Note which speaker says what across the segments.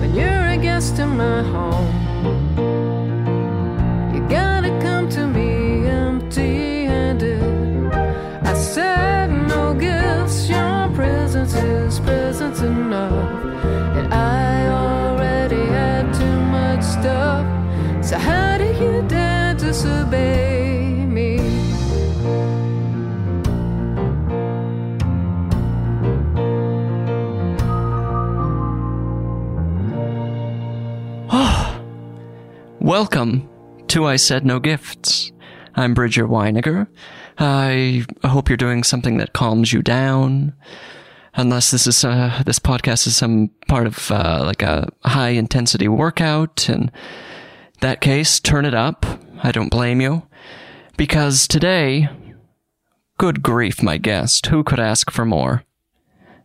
Speaker 1: When you're a guest in my home, you gotta come to me empty handed. I said, No gifts, your presence is presence enough. And I already had too much stuff. So, how do you dare disobey me?
Speaker 2: Welcome to I Said No Gifts. I'm Bridger Weiniger. I hope you're doing something that calms you down. Unless this is uh, this podcast is some part of uh, like a high intensity workout, in that case, turn it up. I don't blame you, because today, good grief, my guest, who could ask for more?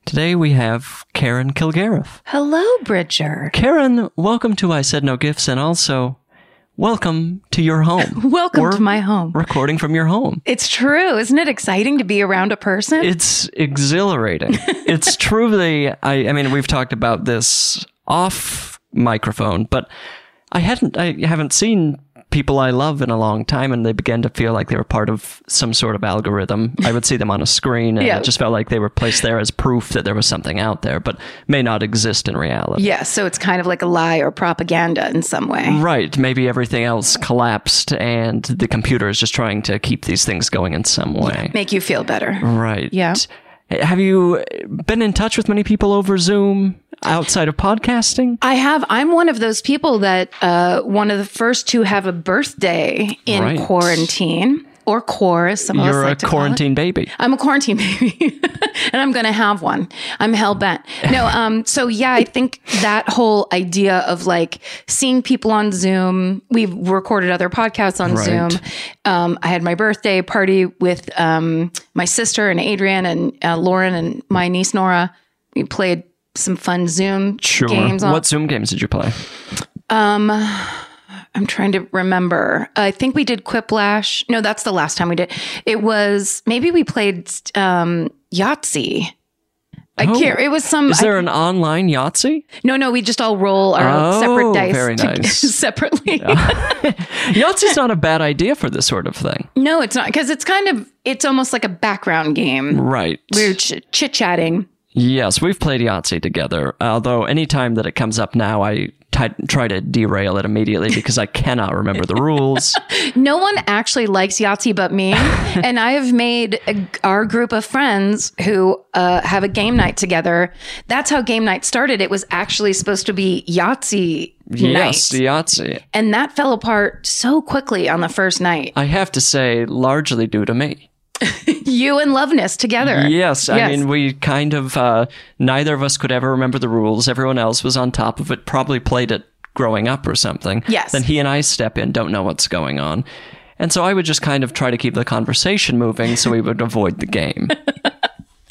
Speaker 2: Today we have Karen Kilgariff.
Speaker 3: Hello, Bridger.
Speaker 2: Karen, welcome to I Said No Gifts and also welcome to your home.
Speaker 3: Welcome
Speaker 2: We're
Speaker 3: to my home.
Speaker 2: Recording from your home.
Speaker 3: It's true. Isn't it exciting to be around a person?
Speaker 2: It's exhilarating. it's truly, I, I mean, we've talked about this off microphone, but I hadn't, I haven't seen people I love in a long time and they began to feel like they were part of some sort of algorithm. I would see them on a screen and
Speaker 3: Yeah.
Speaker 2: it just felt like they were placed there as proof that there was something out there, but may not exist in reality.
Speaker 3: yeah, so it's kind of like a lie or propaganda in some way.
Speaker 2: Right. Maybe everything else collapsed and the computer is just trying to keep these things going in some way.
Speaker 3: Make you feel better.
Speaker 2: Right.
Speaker 3: Yeah.
Speaker 2: Have you been in touch with many people over Zoom outside of podcasting?
Speaker 3: I have. I'm one of those people that uh, one of the first to have a birthday in
Speaker 2: Right.
Speaker 3: quarantine or core, as some of us
Speaker 2: You're a
Speaker 3: like to Uh, call it.
Speaker 2: quarantine baby.
Speaker 3: I'm a quarantine baby, and I'm going to have one. I'm hell bent. No, um, so yeah, I think that whole idea of like seeing people on Zoom. We've recorded other podcasts on
Speaker 2: Right.
Speaker 3: Zoom. Um, I had my birthday party with um, my sister and Adrian and uh, Lauren and my niece Nora. We played some fun Zoom games. On.
Speaker 2: What Zoom games did you play?
Speaker 3: I'm trying to remember. I think we did Quiplash. No, that's the last time we did. It was maybe we played um, Yahtzee. I
Speaker 2: Oh.
Speaker 3: can't. It was some.
Speaker 2: Is
Speaker 3: I-
Speaker 2: there an online Yahtzee?
Speaker 3: no, no. We just all roll our
Speaker 2: Oh,
Speaker 3: separate dice
Speaker 2: very
Speaker 3: to-
Speaker 2: nice.
Speaker 3: separately.
Speaker 2: Yahtzee's not a bad idea for this sort of thing.
Speaker 3: No, it's not because it's kind of. It's almost like a background game.
Speaker 2: Right.
Speaker 3: We were ch- chit chatting.
Speaker 2: Yes, we've played Yahtzee together. Although any time that it comes up now, I ti- try to derail it immediately because I cannot remember the rules.
Speaker 3: No one actually likes Yahtzee but me. and I have made a, our group of friends who uh, have a game night together. That's how game night started. It was actually supposed to be Yahtzee
Speaker 2: Yes,
Speaker 3: night.
Speaker 2: Yahtzee.
Speaker 3: And that fell apart so quickly on the first night.
Speaker 2: I have to say, largely due to me.
Speaker 3: You and Loveness together.
Speaker 2: Yes, I
Speaker 3: Yes.
Speaker 2: mean, we kind of, uh, neither of us could ever remember the rules. Everyone else was on top of it, probably played it growing up or something.
Speaker 3: Yes.
Speaker 2: Then he and I step in, don't know what's going on. And so I would just kind of try to keep the conversation moving so we would avoid the game.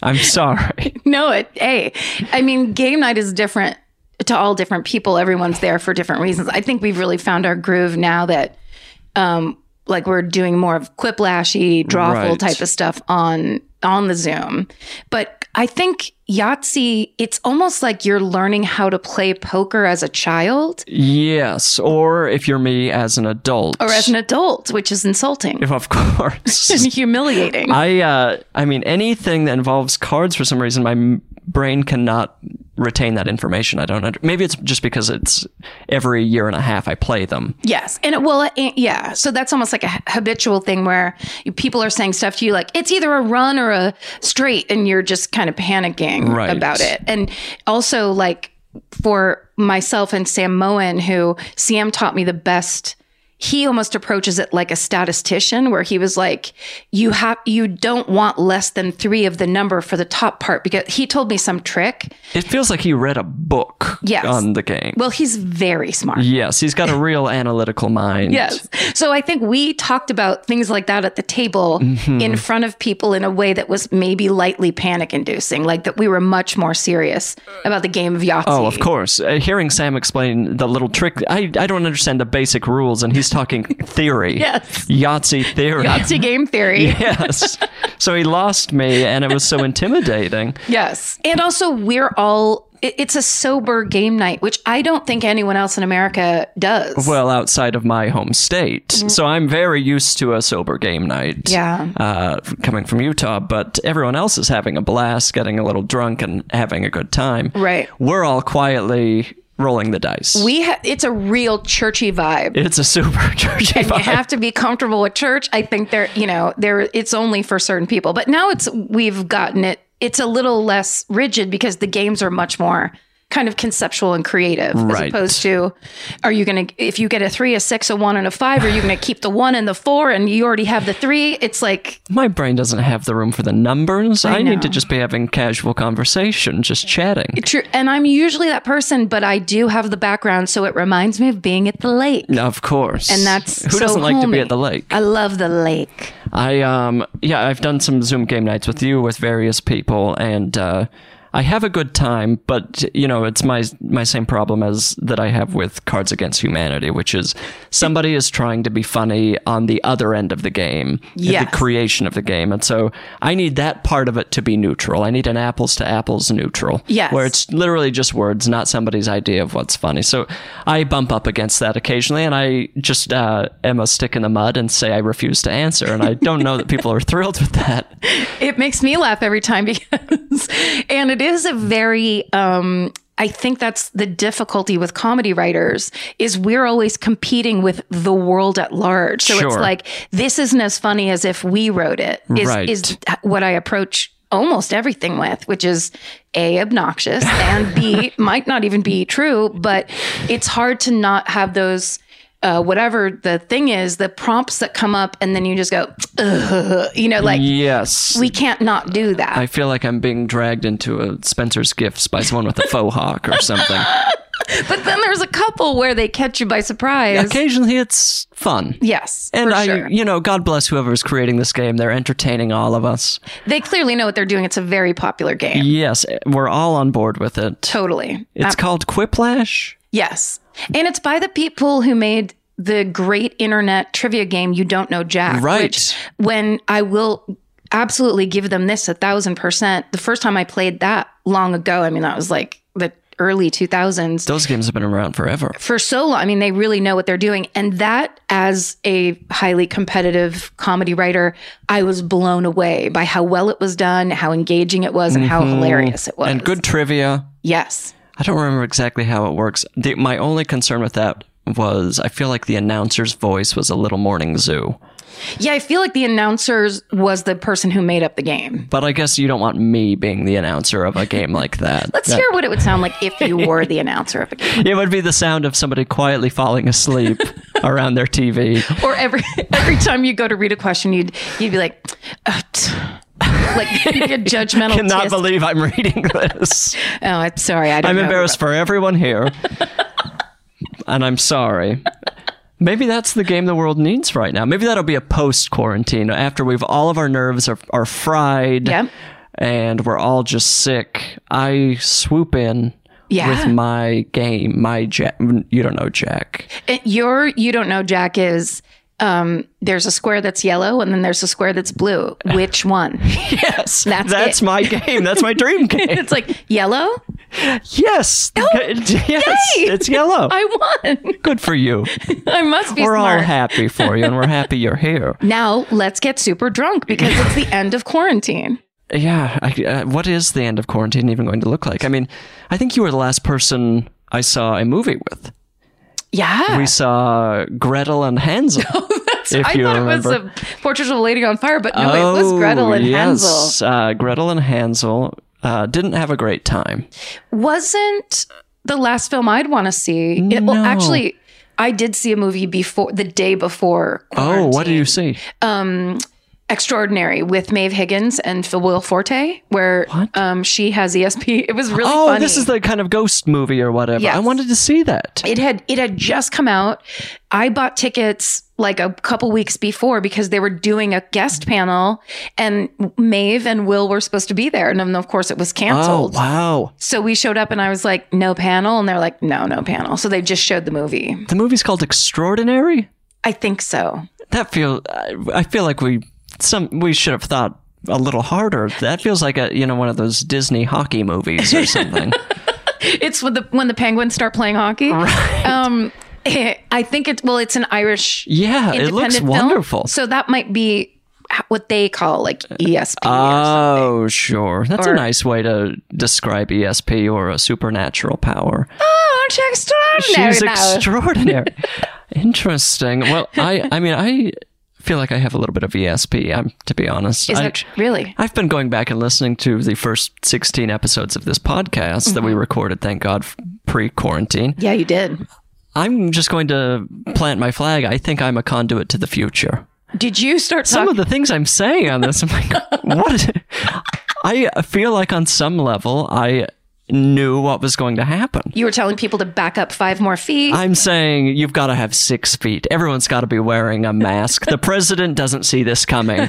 Speaker 2: I'm sorry.
Speaker 3: No, it, hey, I mean, game night is different to all different people. Everyone's there for different reasons. I think we've really found our groove now that, um, like we're doing more of quiplashy, drawful
Speaker 2: Right.
Speaker 3: type of stuff on on the Zoom. But I think Yahtzee, it's almost like you're learning how to play poker as a child
Speaker 2: Yes, or if you're me as an adult.
Speaker 3: or as an adult, which is insulting
Speaker 2: If of course.
Speaker 3: and humiliating.
Speaker 2: I uh, I mean anything that involves cards for some reason my m- brain cannot
Speaker 4: retain that information. I don't. Under- Maybe it's just because it's every year and a half I play them.
Speaker 3: Yes. And it will, and- yeah. So that's almost like a h- habitual thing where you, people are saying stuff to you like, it's either a run or a straight, and you're just kind of panicking
Speaker 4: Right.
Speaker 3: about it. And also, like, for myself and Sam Moen, who Sam taught me the best. He almost approaches it like a statistician, where he was like, "You have, you don't want less than three of the number for the top part." Because he told me some trick.
Speaker 4: It feels like he read a book
Speaker 3: Yes.
Speaker 4: on the game.
Speaker 3: Well, he's very smart.
Speaker 4: yes, he's got a real analytical mind.
Speaker 3: Yes. So I think we talked about things like that at the table
Speaker 4: Mm-hmm.
Speaker 3: in front of people in a way that was maybe lightly panic inducing, like that we were much more serious about the game of Yahtzee.
Speaker 4: Oh, of course. Uh, hearing Sam explain the little trick, I, I don't understand the basic rules, and he's talking theory.
Speaker 3: Yes.
Speaker 4: Yahtzee theory.
Speaker 3: Yahtzee game theory.
Speaker 4: yes. So he lost me, and it was so intimidating.
Speaker 3: Yes. And also, we're all, it- it's a sober game night, which I don't think anyone else in America does.
Speaker 4: Well, outside of my home state. So I'm very used to a sober game night.
Speaker 3: Mm-hmm. Yeah.
Speaker 4: Uh, f- coming from Utah, but everyone else is having a blast, getting a little drunk, and having a good time.
Speaker 3: Right.
Speaker 4: We're all quietly rolling the dice.
Speaker 3: we ha- it's a real churchy vibe.
Speaker 4: it's a super churchy
Speaker 3: and you
Speaker 4: vibe.
Speaker 3: have to be comfortable with church. I think there, you know, there it's only for certain people. But now it's we've gotten it. It's a little less rigid because the games are much more kind of conceptual and creative
Speaker 4: Right.
Speaker 3: as opposed to are you going to if you get a 3 a 6 a 1 and a 5 are you going to keep the 1 and the 4 and you already have the 3 it's like
Speaker 4: my brain doesn't have the room for the numbers. I,
Speaker 3: know.
Speaker 4: need to just be having casual conversation, just chatting.
Speaker 3: true and I'm usually that person but I do have the background so it reminds me of being at the lake
Speaker 4: Of course.
Speaker 3: and that's
Speaker 4: who
Speaker 3: so
Speaker 4: doesn't like to be
Speaker 3: homey.
Speaker 4: at the lake.
Speaker 3: I love the lake
Speaker 4: I um yeah, I've done some Zoom game nights with you with various people and uh I have a good time, but you know, it's my my same problem as that I have with Cards Against Humanity, which is somebody is trying to be funny on the other end of the game, at
Speaker 3: Yes.
Speaker 4: the creation of the game. And so I need that part of it to be neutral. I need an apples to apples neutral.
Speaker 3: Yes.
Speaker 4: Where it's literally just words, not somebody's idea of what's funny. So I bump up against that occasionally, and I just uh, am a stick in the mud and say I refuse to answer. And I don't know that people are thrilled with that.
Speaker 3: it makes me laugh every time because and it is a very um I think that's the difficulty with comedy writers is we're always competing with the world at large. So it's
Speaker 4: Sure.
Speaker 3: like this isn't as funny as if we wrote it. Is
Speaker 4: Right.
Speaker 3: is what I approach almost everything with, which is a obnoxious and b might not even be true, but it's hard to not have those uh, whatever the thing is, the prompts that come up, and then you just go, Ugh, you know, like
Speaker 4: Yes.
Speaker 3: we can't not do that.
Speaker 4: I feel like I'm being dragged into a Spencer's Gifts by someone with a faux hawk or something.
Speaker 3: but then there's a couple where they catch you by surprise.
Speaker 4: Occasionally, it's fun.
Speaker 3: Yes,
Speaker 4: And
Speaker 3: for
Speaker 4: I,
Speaker 3: sure.
Speaker 4: you know, God bless whoever's creating this game. They're entertaining all of us.
Speaker 3: They clearly know what they're doing. It's a very popular game.
Speaker 4: Yes, we're all on board with it.
Speaker 3: Totally.
Speaker 4: It's called Quiplash.
Speaker 3: Yes. And it's by the people who made the great internet trivia game You Don't Know Jack.
Speaker 4: Right.
Speaker 3: Which when I will absolutely give them this a thousand percent. The first time I played that long ago, I mean that was like the early two thousands.
Speaker 4: Those games have been around forever.
Speaker 3: for so long. I mean, they really know what they're doing. And that, as a highly competitive comedy writer, I was blown away by how well it was done, how engaging it was, and how hilarious it was.
Speaker 4: Mm-hmm. And good trivia.
Speaker 3: Yes.
Speaker 4: I don't remember exactly how it works. The, my only concern with that was I feel like the announcer's voice was a little morning zoo.
Speaker 3: Yeah, I feel like the announcers was the person who made up the game.
Speaker 4: But I guess you don't want me being the announcer of a game like that.
Speaker 3: Let's hear what it would sound like if you were the announcer of a game.
Speaker 4: It would be the sound of somebody quietly falling asleep around their TV.
Speaker 3: Or every every time you go to read a question, you'd you'd be like, "Oh, t-" like a judgmental.
Speaker 4: Cannot
Speaker 3: tisk.
Speaker 4: believe I'm reading this.
Speaker 3: Oh, I'm sorry. I don't
Speaker 4: I'm
Speaker 3: know.
Speaker 4: embarrassed for everyone here. and I'm sorry. Maybe that's the game the world needs right now. Maybe that'll be a post quarantine after we've all of our nerves are, are fried
Speaker 3: Yep.
Speaker 4: and we're all just sick. I swoop in
Speaker 3: Yeah.
Speaker 4: with my game, my Jack. You don't know Jack.
Speaker 3: It- Your you don't know Jack is um there's a square that's yellow and then there's a square that's blue. Which one?
Speaker 4: Yes.
Speaker 3: That's it.
Speaker 4: my game. That's my dream game.
Speaker 3: it's like yellow?
Speaker 4: yes. yes.
Speaker 3: yay.
Speaker 4: It's yellow.
Speaker 3: I won.
Speaker 4: Good for you.
Speaker 3: I must be
Speaker 4: We're
Speaker 3: smart.
Speaker 4: all happy for you and we're happy you're here.
Speaker 3: now let's get super drunk because it's the end of quarantine.
Speaker 4: yeah, I, uh, what is the end of quarantine even going to look like? I mean, I think you were the last person I saw a movie with.
Speaker 3: Yeah.
Speaker 4: We saw Gretel and Hansel. if
Speaker 3: Oh, I
Speaker 4: you
Speaker 3: thought
Speaker 4: remember. Oh,
Speaker 3: it was a Portrait of a Lady on Fire, but no, it was Gretel and
Speaker 4: yes.
Speaker 3: Hansel.
Speaker 4: Uh, Gretel and Hansel uh, didn't have a great time.
Speaker 3: Wasn't the last film I'd want to see? It, well,
Speaker 4: No.
Speaker 3: actually, I did see a movie before the day before.
Speaker 4: Oh, what do you
Speaker 3: quarantine.
Speaker 4: see?
Speaker 3: Extraordinary with Maeve Higgins and Phil Will Forte, where
Speaker 4: What?
Speaker 3: um she has ESP. It was really
Speaker 4: oh,
Speaker 3: funny.
Speaker 4: this is the kind of ghost movie or whatever. I
Speaker 3: Yes.
Speaker 4: wanted to see that.
Speaker 3: it had it had just come out. I bought tickets like a couple weeks before because they were doing a guest panel, and Maeve and Will were supposed to be there, and then of course it was
Speaker 4: Oh,
Speaker 3: canceled.
Speaker 4: wow.
Speaker 3: So we showed up, and I was like, "No panel," and they're like, "No, no panel." So they just showed the movie.
Speaker 4: The movie's called Extraordinary?
Speaker 3: I think so.
Speaker 4: That feel I, I feel like we some we should have thought a little harder. That feels like a you know one of those Disney hockey movies or something.
Speaker 3: It's when the when the Penguins start playing hockey. Um, I think it's well, it's an Irish
Speaker 4: yeah, it
Speaker 3: independent
Speaker 4: looks
Speaker 3: film,
Speaker 4: wonderful.
Speaker 3: So that might be h- what they call like E ESP.
Speaker 4: Oh, sure. That's
Speaker 3: Or-
Speaker 4: a nice way to describe ESP or a supernatural power.
Speaker 3: oh, aren't you extraordinary
Speaker 4: She's
Speaker 3: now?
Speaker 4: extraordinary. Interesting. Well, I I mean, I feel like I have a little bit of ESP, I'm to be honest.
Speaker 3: Is
Speaker 4: I,
Speaker 3: that tr- really?
Speaker 4: I've been going back and listening to the first 16 episodes of this podcast that we
Speaker 3: Mm-hmm.
Speaker 4: recorded, thank God, pre quarantine.
Speaker 3: Yeah, you did.
Speaker 4: I'm just going to plant my flag. I think I'm a conduit to the future.
Speaker 3: Did you start
Speaker 4: Some of
Speaker 3: talking?
Speaker 4: the things I'm saying on this, I'm like, what? I feel like on some level, I knew what was going to happen.
Speaker 3: You were telling people to back up five more feet.
Speaker 4: I'm saying you've got to have six feet. Everyone's got to be wearing a mask. The president doesn't see this coming.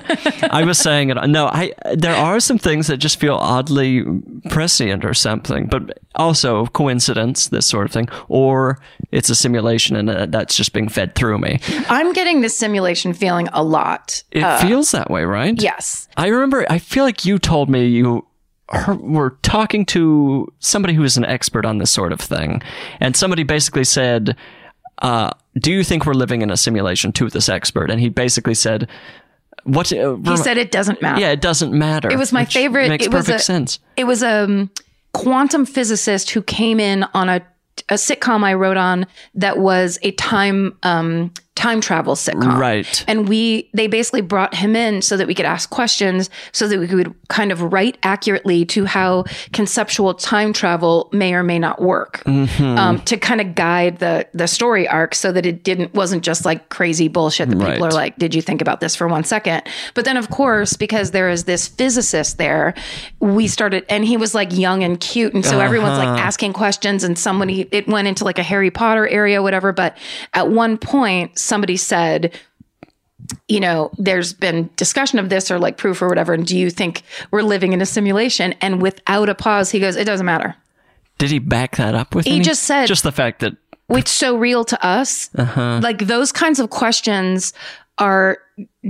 Speaker 4: I was saying it. No, I. There are some things that just feel oddly prescient or something, but also coincidence, this sort of thing, or it's a simulation and uh, that's just being fed through me.
Speaker 3: I'm getting this simulation feeling a lot.
Speaker 4: It feels that way, right?
Speaker 3: Yes.
Speaker 4: I remember. I feel like you told me you her- were talking to somebody who is an expert on this sort of thing, and somebody basically said, uh, "Do you think we're living in a simulation?" To this expert, and he basically said, "What?" Uh,
Speaker 3: He
Speaker 4: rem-
Speaker 3: said it doesn't matter.
Speaker 4: "Yeah, it doesn't matter." It
Speaker 3: was my favorite-
Speaker 4: Makes
Speaker 3: it was
Speaker 4: perfect
Speaker 3: a-
Speaker 4: sense.
Speaker 3: It was a um, quantum physicist who came in on a, a sitcom I wrote on that was a time um, time travel sitcom.
Speaker 4: Right.
Speaker 3: And we they basically brought him in so that we could ask questions so that we could kind of write accurately to how conceptual time travel may or may not work um, to kind of guide the the story arc so that it didn't wasn't just like crazy bullshit that people
Speaker 4: Right.
Speaker 3: are like did you think about this for one second but then of course because there is this physicist there we started and he was like young and cute and so everyone's like asking questions and somebody it went into like a harry potter area whatever but at one point somebody said you know, there's been discussion of this or like proof or whatever. And do you think we're living in a simulation? And without a pause, he goes, it doesn't matter.
Speaker 4: Did he back that up with?
Speaker 3: He
Speaker 4: any-
Speaker 3: just said-
Speaker 4: just the fact that
Speaker 3: It's so real to us.
Speaker 4: Uh-huh.
Speaker 3: Like those kinds of questions are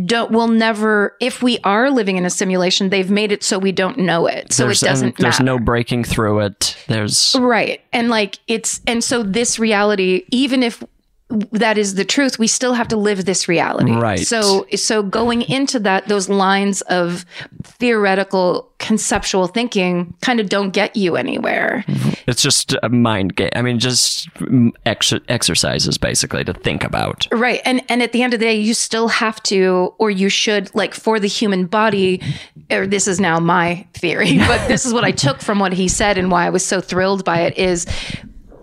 Speaker 3: don't will never if we are living in a simulation they've made it so we don't know it so
Speaker 4: there's
Speaker 3: it doesn't
Speaker 4: and there's
Speaker 3: matter
Speaker 4: no breaking through it. There's
Speaker 3: Right. And like it's and so this reality even if that is the truth we still have to live this reality.
Speaker 4: Right.
Speaker 3: So so going into that those lines of theoretical conceptual thinking kind of don't get you anywhere.
Speaker 4: it's just a mind game. I mean, just mm, ex- exercises basically to think about.
Speaker 3: Right. And and at the end of the day you still have to or you should like for the human body or this is now my theory, but this is what I took from what he said and why I was so thrilled by it is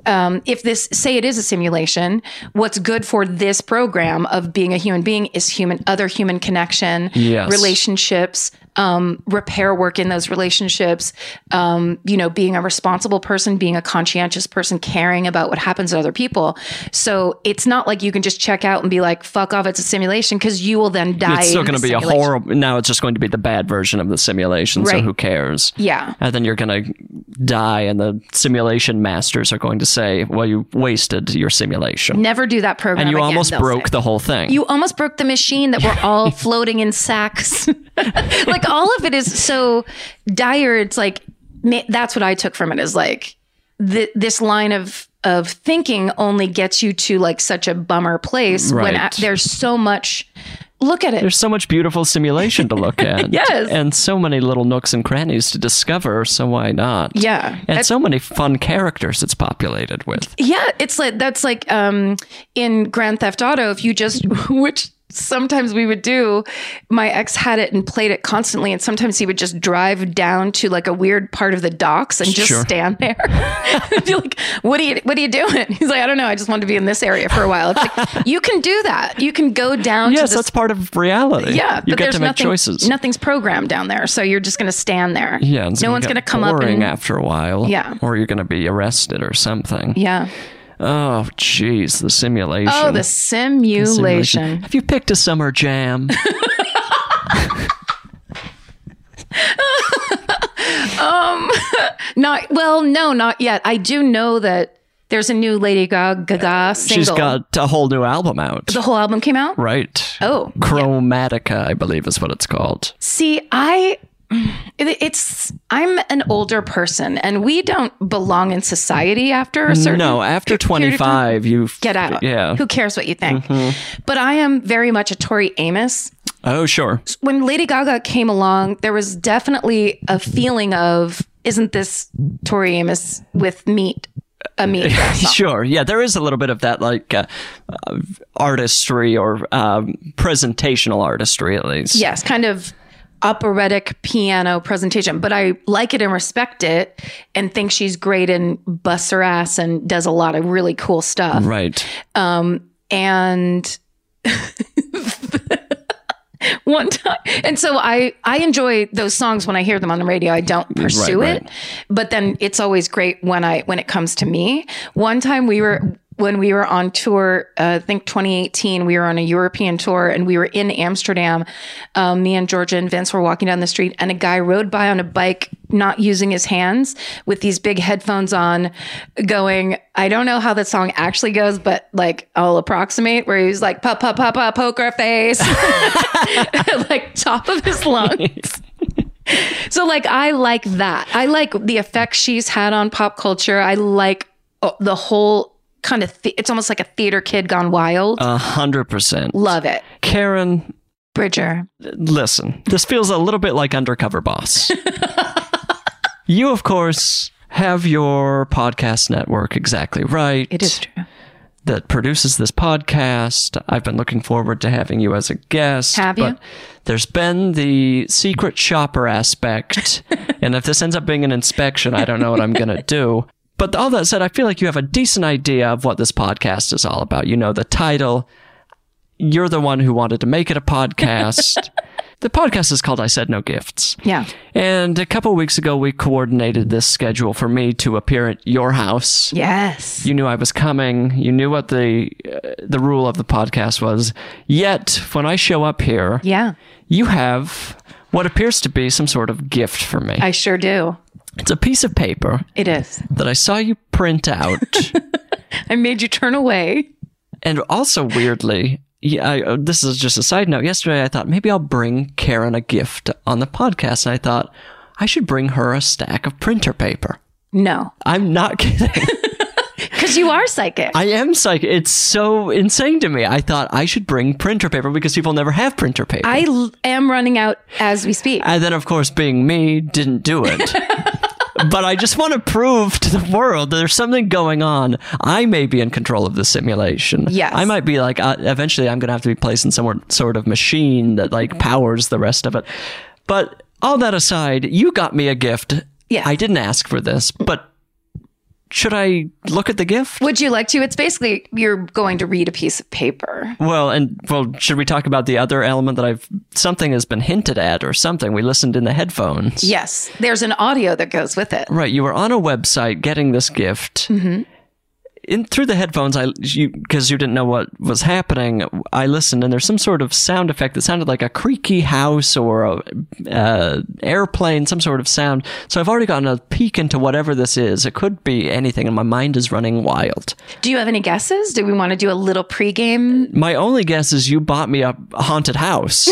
Speaker 3: um, if this say it is a simulation what's good for this program of being a human being is human other human connection
Speaker 4: Yes.
Speaker 3: relationships um, repair work in those relationships um, you know being a responsible person being a conscientious person caring about what happens to other people so it's not like you can just check out and be like fuck off it's a simulation because you will then die
Speaker 4: it's still
Speaker 3: in the
Speaker 4: going to be a
Speaker 3: simulation.
Speaker 4: horrible. Now it's just going to be the bad version of the simulation. So
Speaker 3: Right.
Speaker 4: who cares?
Speaker 3: yeah
Speaker 4: And then you're going to die, and the simulation masters are going to say, "Well, you wasted your simulation,
Speaker 3: never do that program
Speaker 4: and you
Speaker 3: again,
Speaker 4: almost
Speaker 3: they'll say.
Speaker 4: broke the whole thing."
Speaker 3: you almost broke the machine that we're all floating in sacks. like all of it is so dire. It's like ma- that's what I took from it is like th- this line of of thinking only gets you to like such a bummer place when
Speaker 4: Right.
Speaker 3: a- there's so much Look at it.
Speaker 4: There's so much beautiful simulation to look at.
Speaker 3: Yes.
Speaker 4: And so many little nooks and crannies to discover, so why not?
Speaker 3: yeah.
Speaker 4: And so many fun characters it's populated with.
Speaker 3: Yeah, it's like that's like um in Grand Theft Auto if you just which sometimes we would do my ex had it and played it constantly and sometimes he would just drive down to like a weird part of the docks and just
Speaker 4: Sure.
Speaker 3: stand there and be like what are you what are you doing he's like i don't know i just wanted to be in this area for a while it's like you can do that you can go down
Speaker 4: Yes,
Speaker 3: to this
Speaker 4: that's part of reality.
Speaker 3: yeah
Speaker 4: You
Speaker 3: but
Speaker 4: get
Speaker 3: there's
Speaker 4: to make
Speaker 3: nothing
Speaker 4: choices.
Speaker 3: nothing's programmed down there so you're just going to stand there
Speaker 4: yeah, it's
Speaker 3: no one's
Speaker 4: get
Speaker 3: going to come up
Speaker 4: boring
Speaker 3: and
Speaker 4: after a while.
Speaker 3: Yeah.
Speaker 4: Or you're going to be arrested or something.
Speaker 3: yeah
Speaker 4: Oh, jeez, the simulation.
Speaker 3: oh the simulation.
Speaker 4: Have you picked a summer jam?
Speaker 3: Not well, no, not yet. I do know that there's a new Lady Ga- Gaga single.
Speaker 4: Uh, She's got a whole new album out.
Speaker 3: the whole album came out.
Speaker 4: right.
Speaker 3: Oh,
Speaker 4: Chromatica, I believe is what it's called.
Speaker 3: see, I it- it's I'm an older person, and we don't belong in society after a certain.
Speaker 4: No, after
Speaker 3: period of time.
Speaker 4: 25, you
Speaker 3: Get out.
Speaker 4: Yeah. Mm-hmm.
Speaker 3: Who cares what you think? But I am very much a Tori Amos.
Speaker 4: Oh, sure.
Speaker 3: when Lady Gaga came along, there was definitely a feeling of isn't this Tori Amos with meat a meat? vessel?"
Speaker 4: Sure. Yeah, there is a little bit of that, like uh, uh, artistry or um, presentational artistry, at least.
Speaker 3: yes, kind of operatic piano presentation, but I like it and respect it and think she's great and busts her ass and does a lot of really cool stuff. Um,
Speaker 4: Right.
Speaker 3: and one time and so i i enjoy those songs when i hear them on the radio i don't pursue
Speaker 4: right.
Speaker 3: it but then it's always great when i when it comes to me one time we were when we were on tour uh, i think 2018 we were on a european tour and we were in amsterdam um, me and georgia and vince were walking down the street and a guy rode by on a bike not using his hands with these big headphones on going i don't know how the song actually goes but like i'll approximate where he was like pop pop pop pop poker face like top of his lungs. so like I like that. I like the effect she's had on pop culture. I like oh, the whole kind of th- it's almost like a theater kid gone wild.
Speaker 4: A hundred percent.
Speaker 3: Love it.
Speaker 4: Karen,
Speaker 3: Bridger.
Speaker 4: listen, this feels a little bit like Undercover Boss. you, of course, have your podcast network exactly right.
Speaker 3: It is true.
Speaker 4: that produces this podcast. I've been looking forward to having you as a guest.
Speaker 3: Have you?
Speaker 4: But there's been the secret shopper aspect. and if this ends up being an inspection, I don't know what I'm going to do. But all that said, I feel like you have a decent idea of what this podcast is all about. You know the title. You're the one who wanted to make it a podcast. the podcast is called I Said No Gifts.
Speaker 3: Yeah.
Speaker 4: And a couple weeks ago, we coordinated this schedule for me to appear at your house
Speaker 3: Yes.
Speaker 4: you knew I was coming. You knew what the uh, the rule of the podcast was. Yet when I show up here,
Speaker 3: Yeah.
Speaker 4: you have what appears to be some sort of gift for me.
Speaker 3: I sure do.
Speaker 4: it's a piece of paper
Speaker 3: It is.
Speaker 4: that I saw you print out,
Speaker 3: I made you turn away.
Speaker 4: and also weirdly. Yeah, I, uh, this is just a side note. Yesterday, I thought maybe I'll bring Karen a gift on the podcast, and I thought I should bring her a stack of printer paper.
Speaker 3: No.
Speaker 4: I'm not kidding.
Speaker 3: Cuz you are psychic.
Speaker 4: I am psych. It's so insane to me. I thought I should bring printer paper because people never have printer paper.
Speaker 3: I l- am running out as we speak.
Speaker 4: and then, of course, being me, didn't do it. but I just want to prove to the world that there's something going on. I may be in control of the simulation.
Speaker 3: Yes.
Speaker 4: I might be like, uh, eventually, I'm going to have to be placed in some sort of machine that like powers the rest of it. But all that aside, you got me a gift.
Speaker 3: Yes.
Speaker 4: I didn't ask for this, but should I look at the gift?
Speaker 3: Would you like to? It's basically you're going to read a piece of paper.
Speaker 4: Well, and well, should we talk about the other element that I've something has been hinted at or something? We listened in the headphones.
Speaker 3: Yes. There's an audio that goes with it.
Speaker 4: Right, you were on a website getting this gift. In through the headphones, I you because you didn't know what was happening. I listened, and there's some sort of sound effect that sounded like a creaky house or a uh, airplane, some sort of sound. So I've already gotten a peek into whatever this is. It could be anything, and my mind is running wild.
Speaker 3: Do you have any guesses? Do we want to do a little pregame?
Speaker 4: My only guess is you bought me a haunted house.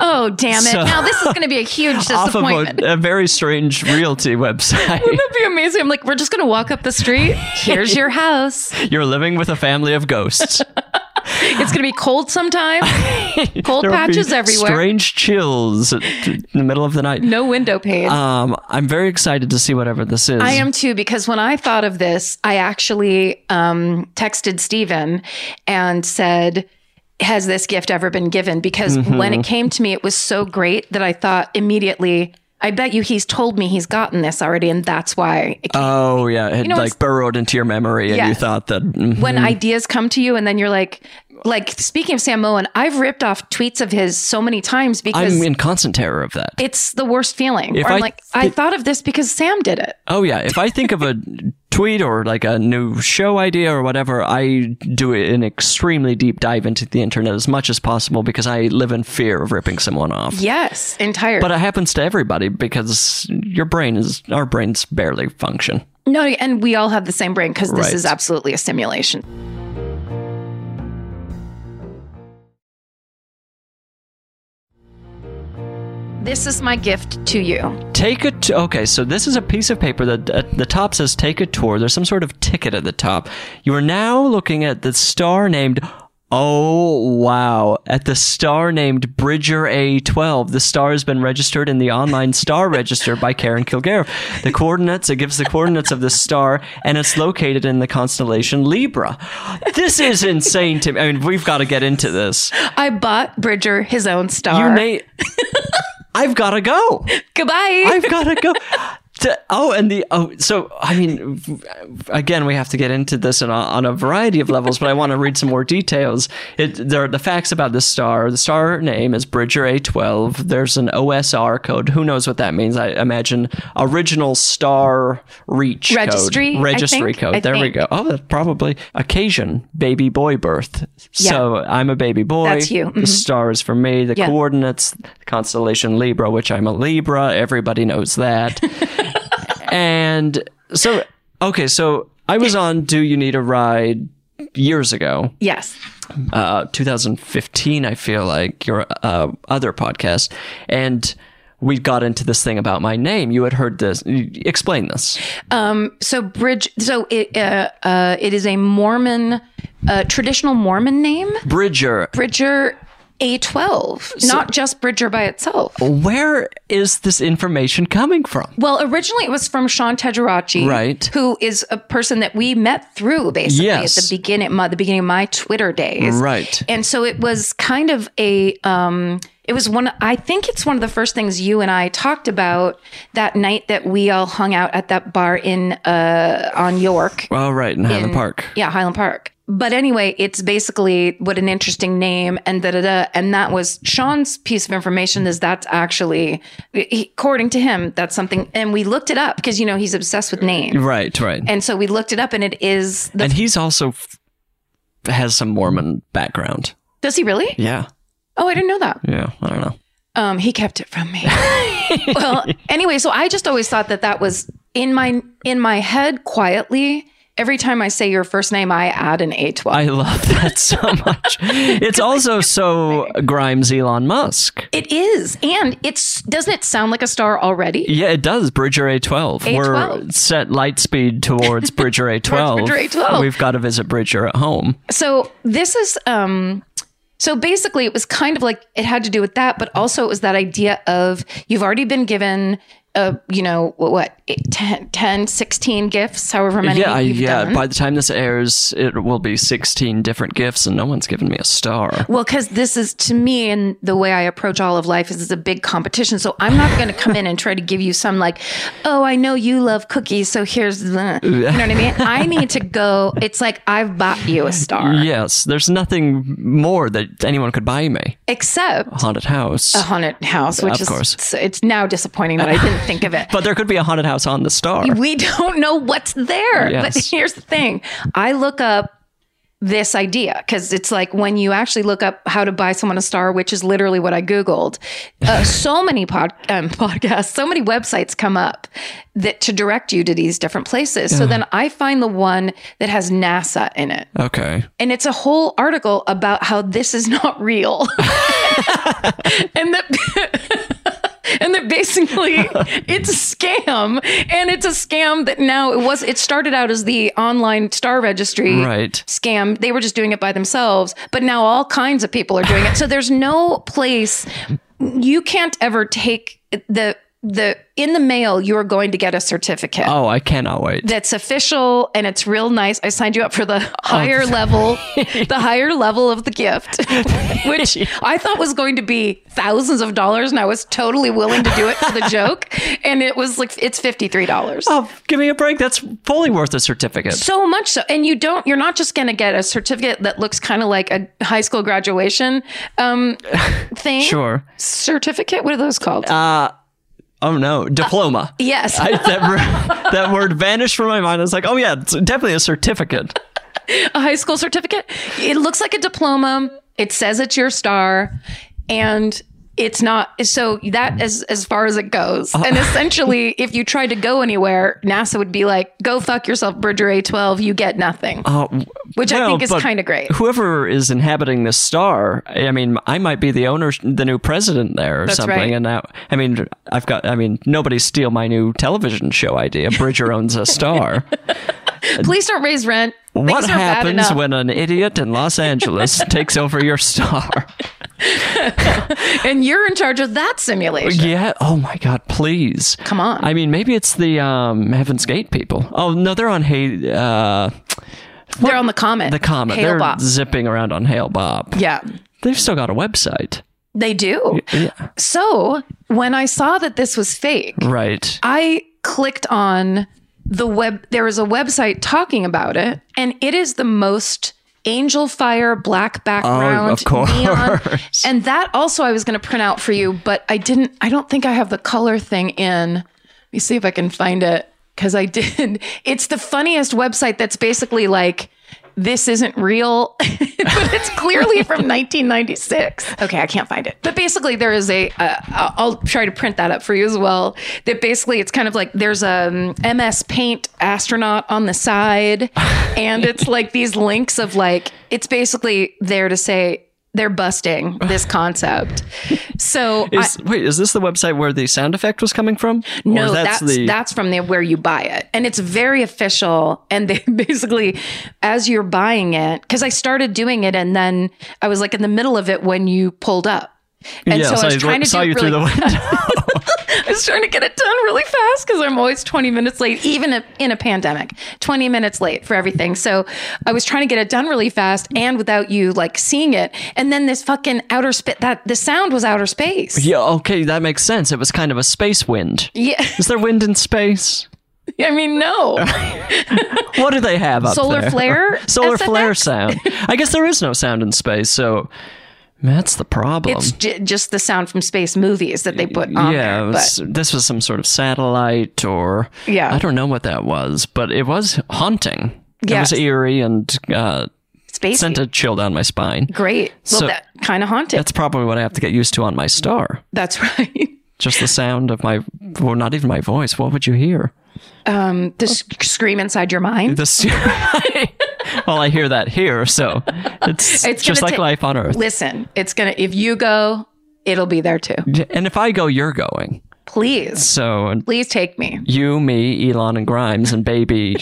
Speaker 3: Oh, damn it.
Speaker 4: So-
Speaker 3: now, this is going to be a huge
Speaker 4: off of
Speaker 3: disappointment.
Speaker 4: a, a very strange realty website.
Speaker 3: That'd be amazing. I'm like, we're just going to walk up the street. Here's your house.
Speaker 4: You're living with a family of ghosts.
Speaker 3: It's It's going to be cold sometime. Cold
Speaker 4: There will be
Speaker 3: patches everywhere.
Speaker 4: Strange chills at- in the middle of the night.
Speaker 3: No window pane.
Speaker 4: Um, I'm very excited to see whatever this is.
Speaker 3: I am too because when I thought of this, I actually um, texted Steven and said, "Has this gift ever been given?" Because
Speaker 4: Mm-hmm.
Speaker 3: when it came to me, it was so great that I thought immediately, "I bet you he's told me he's gotten this already, and that's why." It came.
Speaker 4: Oh yeah, it had
Speaker 3: know, it's-
Speaker 4: like burrowed into your memory, and you
Speaker 3: Yes.
Speaker 4: thought that. mm,
Speaker 3: when ideas come to you, and then you're like, like speaking of Sam Moen, I've ripped off tweets of his so many times because.
Speaker 4: I'm in constant terror of that.
Speaker 3: it's the worst feeling.
Speaker 4: If
Speaker 3: Or I'm
Speaker 4: I
Speaker 3: like, I thought of this because Sam did it.
Speaker 4: Oh yeah, if I think of a tweet or like a new show idea or whatever, I do an extremely deep dive into the internet as much as possible because I live in fear of ripping someone off.
Speaker 3: Yes, entirely.
Speaker 4: But it happens to everybody because your brain is our brains barely function.
Speaker 3: No, and we all have the same brain because this
Speaker 4: Right.
Speaker 3: is absolutely a simulation. This is my gift to you.
Speaker 4: Take a t- okay. So this is a piece of paper that at the top says "Take a tour." There's some sort of ticket at the top. You are now looking at the star named. Oh wow! At the star named Bridger A12, the star has been registered in the online star register by Karen Kilgariff. The coordinates it gives the coordinates of the star, and it's located in the constellation Libra. This is insane to me. I mean, we've got to get into this.
Speaker 3: I bought Bridger his own star.
Speaker 4: You may. I've got to go.
Speaker 3: Goodbye.
Speaker 4: I've got to go. To- oh, and the oh, so I mean, again, we have to get into this on a, on a variety of levels, but I want to read some more details. It, there are the facts about the star. The star name is Bridger A12. There's an OSR code. Who knows what that means? I imagine original star reach code.
Speaker 3: Registry, I
Speaker 4: registry
Speaker 3: think.
Speaker 4: code.
Speaker 3: I
Speaker 4: there we
Speaker 3: think.
Speaker 4: go. Oh, that's probably occasion baby boy birth. So I'm a baby boy.
Speaker 3: That's you. Mm-hmm.
Speaker 4: The star is for me. The
Speaker 3: Yeah.
Speaker 4: coordinates, the constellation Libra, which I'm a Libra. Everybody knows that. and so, okay, so I was on Do You Need a Ride years ago,
Speaker 3: yes.
Speaker 4: uh, 2015, I feel like, your uh, other podcast. And we got into this thing about my name. You had heard this. Explain this.
Speaker 3: Um, So Bridge. So it uh, uh, it is a Mormon, uh, traditional Mormon name.
Speaker 4: Bridger,
Speaker 3: Bridger A12, not just Bridger by itself.
Speaker 4: where is this information coming from?
Speaker 3: Well, originally it was from Sean Tedgerachi,
Speaker 4: Right.
Speaker 3: Who is a person that we met through basically
Speaker 4: Yes.
Speaker 3: at the beginning, my, the beginning of my Twitter days,
Speaker 4: Right.
Speaker 3: And so it was kind of a, um, it was one. I think it's one of the first things you and I talked about that night that we all hung out at that bar in uh, on York.
Speaker 4: Oh, right, in Highland Park.
Speaker 3: Yeah, Highland Park. But anyway, it's basically what an interesting name and da da da. And that was Sean's piece of information is that's actually, he- according to him, that's something. And we looked it up because, you know, he's obsessed with names.
Speaker 4: Right, right.
Speaker 3: And so we looked it up and it is, the,
Speaker 4: and he's also f- has some Mormon background.
Speaker 3: does he really?
Speaker 4: Yeah,
Speaker 3: Oh, I didn't know that.
Speaker 4: yeah. I don't know.
Speaker 3: Um, he kept it from me. well, anyway, so I just always thought that that was in my, in my head quietly. Every time I say your first name, I add an A12.
Speaker 4: I love that so much. It's also so Grimes Elon Musk.
Speaker 3: It is, and it's doesn't it sound like a star already?
Speaker 4: Yeah, it does. Bridger A12. We're
Speaker 3: A12.
Speaker 4: set light speed towards Bridger A12.
Speaker 3: Towards Bridger A12.
Speaker 4: We've got to visit Bridger at home.
Speaker 3: So this is um so basically it was kind of like it had to do with that, but also it was that idea of you've already been given uh, you know what, what eight, 10, 10, 16 gifts, however many
Speaker 4: yeah, I,
Speaker 3: you've
Speaker 4: yeah.
Speaker 3: done.
Speaker 4: By the time this airs, it will be 16 different gifts, and no one's given me a star.
Speaker 3: Well, because this is to me and the way I approach all of life is it's a big competition. So I'm not going to come in and try to give you some like, oh, I know you love cookies, so here's the. You know what I mean? I need to go. It's like I've bought you a star,
Speaker 4: Yes, there's nothing more that anyone could buy me.
Speaker 3: except
Speaker 4: Haunted house.
Speaker 3: a haunted house, which
Speaker 4: Of
Speaker 3: is
Speaker 4: course.
Speaker 3: it's- it's now disappointing that I didn't think of it.
Speaker 4: But there could be a haunted house on the star.
Speaker 3: we don't know what's there. But
Speaker 4: Yes.
Speaker 3: here's the thing: I look up this idea because it's like when you actually look up how to buy someone a star, which is literally what I googled. Uh, so many pod, um, podcasts, so many websites come up that to direct you to these different places. So then I find the one that has NASA in it.
Speaker 4: Okay.
Speaker 3: And it's a whole article about how this is not real. and that and they're basically it's a scam, and it's a scam that now it was. It started out as the online star registry
Speaker 4: Right.
Speaker 3: scam. They were just doing it by themselves, but now all kinds of people are doing it. So there's no place you can't ever take the the in the mail. You are going to get a certificate
Speaker 4: Oh, I cannot wait.
Speaker 3: that's official and it's real nice. I signed you up for the
Speaker 4: Oh,
Speaker 3: higher level, the higher level of the gift, which I thought was going to be thousands of dollars, and I was totally willing to do it for the joke. And it was like it's fifty three dollars.
Speaker 4: Oh, give me a break. That's fully worth a certificate.
Speaker 3: So much so, and you don't. You're not just going to get a certificate that looks kind of like a high school graduation um, thing.
Speaker 4: Sure.
Speaker 3: Certificate. What are those called?
Speaker 4: Oh no, diploma.
Speaker 3: yes.
Speaker 4: I, that, word- that word vanished from my mind. I was like, oh yeah, it's definitely a certificate.
Speaker 3: a high school certificate. It looks like a diploma. It says it's your star, and it's not. So that as as far as it goes.
Speaker 4: Uh.
Speaker 3: And essentially, if you tried to go anywhere, NASA would be like, "Go fuck yourself, Bridger A twelve. You get nothing,"
Speaker 4: Oh,
Speaker 3: which I
Speaker 4: well,
Speaker 3: think is
Speaker 4: but
Speaker 3: kind of great.
Speaker 4: Whoever is inhabiting this star, I mean, I might be the owner, the new president there or something.
Speaker 3: right.
Speaker 4: And that, I mean, I've got, I mean, nobody steal my new television show idea. Bridger owns a star.
Speaker 3: Please don't raise rent. Things
Speaker 4: what
Speaker 3: are bad
Speaker 4: happens
Speaker 3: enough.
Speaker 4: when an idiot in Los Angeles takes over your star?
Speaker 3: and you're in charge of that simulation?
Speaker 4: Yeah. Oh my God. Please.
Speaker 3: Come on.
Speaker 4: I mean, maybe it's the um, Heaven's Gate people. Oh no, they're on Hey. Uh,
Speaker 3: They're on the comet.
Speaker 4: the comet.
Speaker 3: Hail
Speaker 4: they're
Speaker 3: Bob.
Speaker 4: zipping around on Hail Bob.
Speaker 3: yeah,
Speaker 4: They've still got a website.
Speaker 3: they do.
Speaker 4: Yeah.
Speaker 3: So when I saw that this was fake,
Speaker 4: Right.
Speaker 3: I clicked on the web. There is a website talking about it, and it is the most angel fire black background.
Speaker 4: Oh, of course.
Speaker 3: neon. And that also I was going to print out for you, but I didn't. I don't think I have the color thing in. Let me see if I can find it because I did. It's the funniest website that's basically like. This isn't real, but it's clearly from 1996. Okay, I can't find it. But basically, there is a. Uh, I'll try to print that up for you as well. That basically, it's kind of like there's a um, MS Paint astronaut on the side, and it's like these links of like it's basically there to say they're busting this concept. So I,
Speaker 4: Is, wait, is this the website where the sound effect was coming from?
Speaker 3: no, that's that's, from the where you buy it, and it's very official. And they basically, as you're buying it, because I started doing it, and then I was like in the middle of it when you pulled up, and
Speaker 4: yeah,
Speaker 3: so I was trying to
Speaker 4: saw
Speaker 3: do it
Speaker 4: you
Speaker 3: really
Speaker 4: through the window.
Speaker 3: I was trying to get it done really fast because I'm always 20 minutes late, even if- in a pandemic, 20 minutes late for everything. So I was trying to get it done really fast and without you like seeing it. And then this fucking outer spit that the sound was outer space.
Speaker 4: yeah, okay, that makes sense. It was kind of a space wind.
Speaker 3: Yeah.
Speaker 4: Is there wind in space?
Speaker 3: I mean, no.
Speaker 4: What do they have up
Speaker 3: Solar
Speaker 4: there?
Speaker 3: flare
Speaker 4: Solar
Speaker 3: SFX?
Speaker 4: flare sound. I guess there is no sound in space, so that's the problem.
Speaker 3: It's j- just the sound from space movies that they put on
Speaker 4: yeah,
Speaker 3: there.
Speaker 4: it was- this was some sort of satellite or
Speaker 3: Yeah.
Speaker 4: I don't know what that was, but it was haunting.
Speaker 3: Yes.
Speaker 4: It was eerie and uh,
Speaker 3: but space.
Speaker 4: sent a chill down my spine.
Speaker 3: Great. Well,
Speaker 4: So-
Speaker 3: that kind of haunted.
Speaker 4: That's probably what I have to get used to on my star.
Speaker 3: That's right.
Speaker 4: Just the sound of my, well, not even my voice. What would you hear?
Speaker 3: Um,
Speaker 4: Oh.
Speaker 3: the s- scream inside your mind.
Speaker 4: This, well, I hear that here, so it's,
Speaker 3: It's
Speaker 4: just
Speaker 3: gonna
Speaker 4: like
Speaker 3: ta-
Speaker 4: life on Earth.
Speaker 3: Listen, it's gonna. If you go, it'll be there too.
Speaker 4: And if I go, you're going.
Speaker 3: Please,
Speaker 4: So and
Speaker 3: please take me.
Speaker 4: you, me, Elon, and Grimes, and baby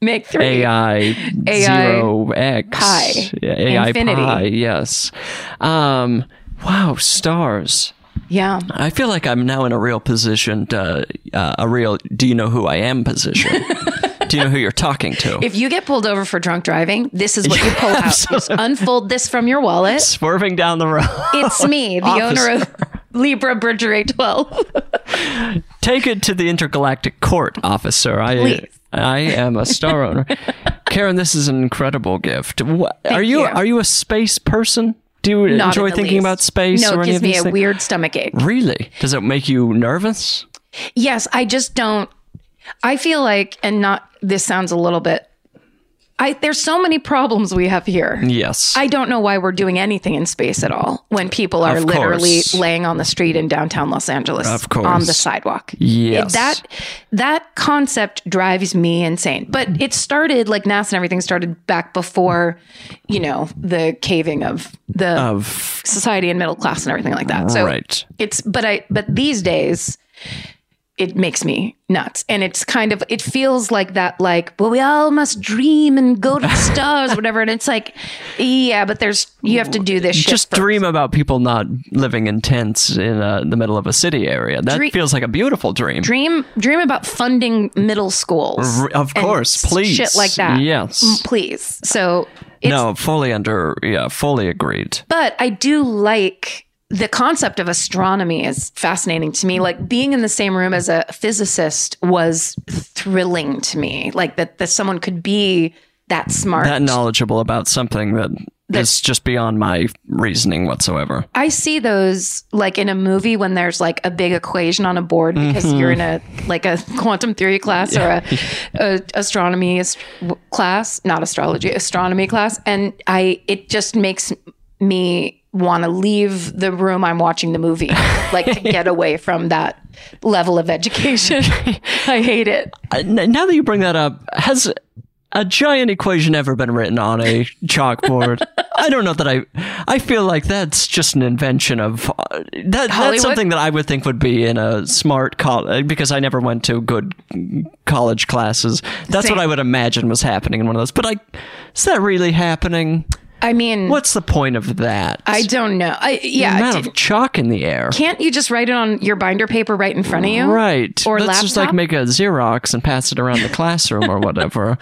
Speaker 3: Make three.
Speaker 4: AI,
Speaker 3: AI
Speaker 4: zero X
Speaker 3: pi.
Speaker 4: Yeah, AI
Speaker 3: Infinity.
Speaker 4: pi, yes. Um, wow, stars.
Speaker 3: Yeah.
Speaker 4: I feel like I'm now in a real position, to, uh, a real do you know who I am position. do you know who you're talking to?
Speaker 3: If you get pulled over for drunk driving, this is what you pull out. You just unfold this from your wallet.
Speaker 4: Swerving down the road.
Speaker 3: It's me, the owner of Libra Bridger A twelve.
Speaker 4: Take it to the intergalactic court, officer. I
Speaker 3: Please.
Speaker 4: I am a star owner. Karen, this is an incredible gift. Wha are you,
Speaker 3: you.
Speaker 4: are you a space person? Do you
Speaker 3: Not
Speaker 4: enjoy
Speaker 3: in the
Speaker 4: thinking
Speaker 3: least.
Speaker 4: about space
Speaker 3: No,
Speaker 4: or
Speaker 3: it
Speaker 4: any
Speaker 3: gives
Speaker 4: of
Speaker 3: me
Speaker 4: these
Speaker 3: a
Speaker 4: things?
Speaker 3: weird stomach ache.
Speaker 4: Really? Does it make you nervous?
Speaker 3: Yes, I just don't. I feel like, and not, this sounds a little bit, I there's so many problems we have here.
Speaker 4: Yes.
Speaker 3: I don't know why we're doing anything in space at all when people are
Speaker 4: Of
Speaker 3: literally
Speaker 4: course.
Speaker 3: laying on the street in downtown Los Angeles
Speaker 4: Of course.
Speaker 3: on the sidewalk.
Speaker 4: Yes.
Speaker 3: That that concept drives me insane. But it started like NASA and everything started back before, you know, the caving of the
Speaker 4: of
Speaker 3: society and middle class and everything like that. So
Speaker 4: right.
Speaker 3: it's but I but these days it makes me nuts and it's kind of it feels like that like well we all must dream and go to the stars whatever and it's like yeah but there's you have to do this shit
Speaker 4: Just
Speaker 3: first.
Speaker 4: dream about people not living in tents in uh, the middle of a city area. That
Speaker 3: Dre-
Speaker 4: feels like a beautiful dream.
Speaker 3: dream dream about funding middle schools
Speaker 4: R- of
Speaker 3: and
Speaker 4: course,
Speaker 3: s-
Speaker 4: please.
Speaker 3: shit like that
Speaker 4: Yes.
Speaker 3: Mm, please so it's
Speaker 4: no, fully under. Yeah, fully agreed.
Speaker 3: but I do like the concept of astronomy is fascinating to me. Like being in the same room as a physicist was thrilling to me. Like that, that someone could be that smart.
Speaker 4: That knowledgeable about something that
Speaker 3: That-
Speaker 4: is just beyond my reasoning whatsoever.
Speaker 3: I see those like in a movie when there's like a big equation on a board because you're in a
Speaker 4: Mm-hmm.
Speaker 3: like a quantum theory class or a, a astronomy ast- w- class, not astrology, astronomy class, and I it just makes me want to leave the room I'm watching the movie, like to get away from that level of education. I hate it.
Speaker 4: Uh, n- now that you bring that up, has a giant equation ever been written on a chalkboard? I don't know that I. I feel like that's just an invention of uh, that.
Speaker 3: Hollywood?
Speaker 4: That's something that I would think would be in a smart college because I never went to good college classes. That's
Speaker 3: Same.
Speaker 4: what I would imagine was happening in one of those. But I, is that really happening?
Speaker 3: I mean,
Speaker 4: What's the point of that?
Speaker 3: I don't know. I
Speaker 4: the
Speaker 3: yeah.
Speaker 4: amount
Speaker 3: d-
Speaker 4: of chalk in the air.
Speaker 3: can't you just write it on your binder paper right in front of you?
Speaker 4: Right.
Speaker 3: Or
Speaker 4: Let's just like
Speaker 3: laptop?
Speaker 4: make a Xerox and pass it around the classroom or whatever.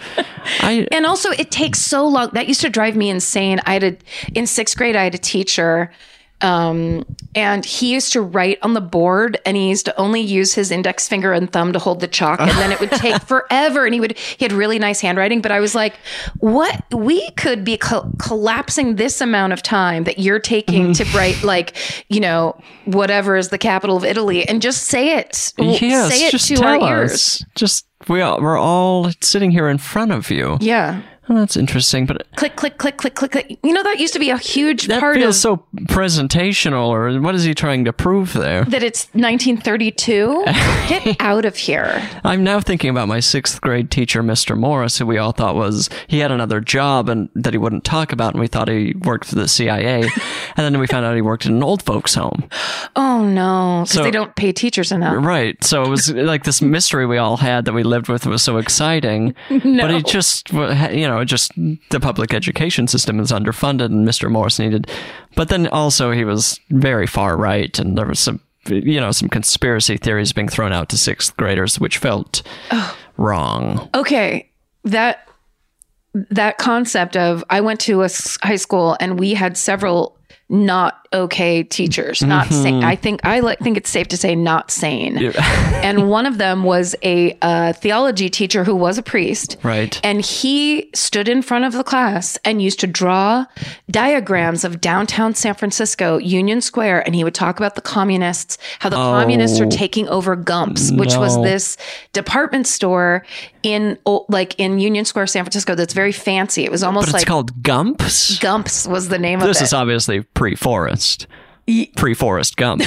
Speaker 4: I
Speaker 3: And also, it takes so long. That used to drive me insane. I had a in sixth grade, I had a teacher, um, and he used to write on the board, and he used to only use his index finger and thumb to hold the chalk, and then it would take forever. And he would he had really nice handwriting, but I was like, what? We could be co- collapsing this amount of time that you're taking
Speaker 4: Mm.
Speaker 3: to write, like you know, whatever is the capital of Italy, and just say it. W-
Speaker 4: yes,
Speaker 3: say it
Speaker 4: just
Speaker 3: to our
Speaker 4: tell
Speaker 3: ears.
Speaker 4: us. Just we all, we're all sitting here in front of you.
Speaker 3: Yeah.
Speaker 4: Well, that's interesting, but
Speaker 3: click, click, click, click, click, click. You know, that used to be a huge
Speaker 4: that
Speaker 3: part
Speaker 4: feels
Speaker 3: of
Speaker 4: so presentational. Or what is he trying to prove there?
Speaker 3: that it's 1932. Get out of here.
Speaker 4: I'm now thinking about my sixth grade teacher, Mr. Morris, who we all thought was he had another job and that he wouldn't talk about, and we thought he worked for the CIA, and then we found out he worked in an old folks' home.
Speaker 3: Oh, no. Because
Speaker 4: So-
Speaker 3: they don't pay teachers enough.
Speaker 4: Right. So it was like this mystery we all had that we lived with was so exciting. But it just, you know, just the public education system is underfunded and Mr. Morris needed. But then also he was very far right and there was some, you know, some conspiracy theories being thrown out to sixth graders, which felt wrong.
Speaker 3: Okay. That. That concept of I went to a s- high school and we had several not okay teachers, not sane. I think I like think it's safe to say not sane. and one of them was a uh, theology teacher who was a priest,
Speaker 4: Right.
Speaker 3: And he stood in front of the class and used to draw diagrams of downtown San Francisco, Union Square, and he would talk about the communists, how the communists are taking over Gumps, which was
Speaker 4: no.
Speaker 3: this department store in oh, like in Union Square, San Francisco. That's very fancy. It was
Speaker 4: But
Speaker 3: almost
Speaker 4: it's
Speaker 3: like
Speaker 4: called Gumps.
Speaker 3: Gumps was the name
Speaker 4: this
Speaker 3: of it.
Speaker 4: is obviously pre-forest pre-forest gump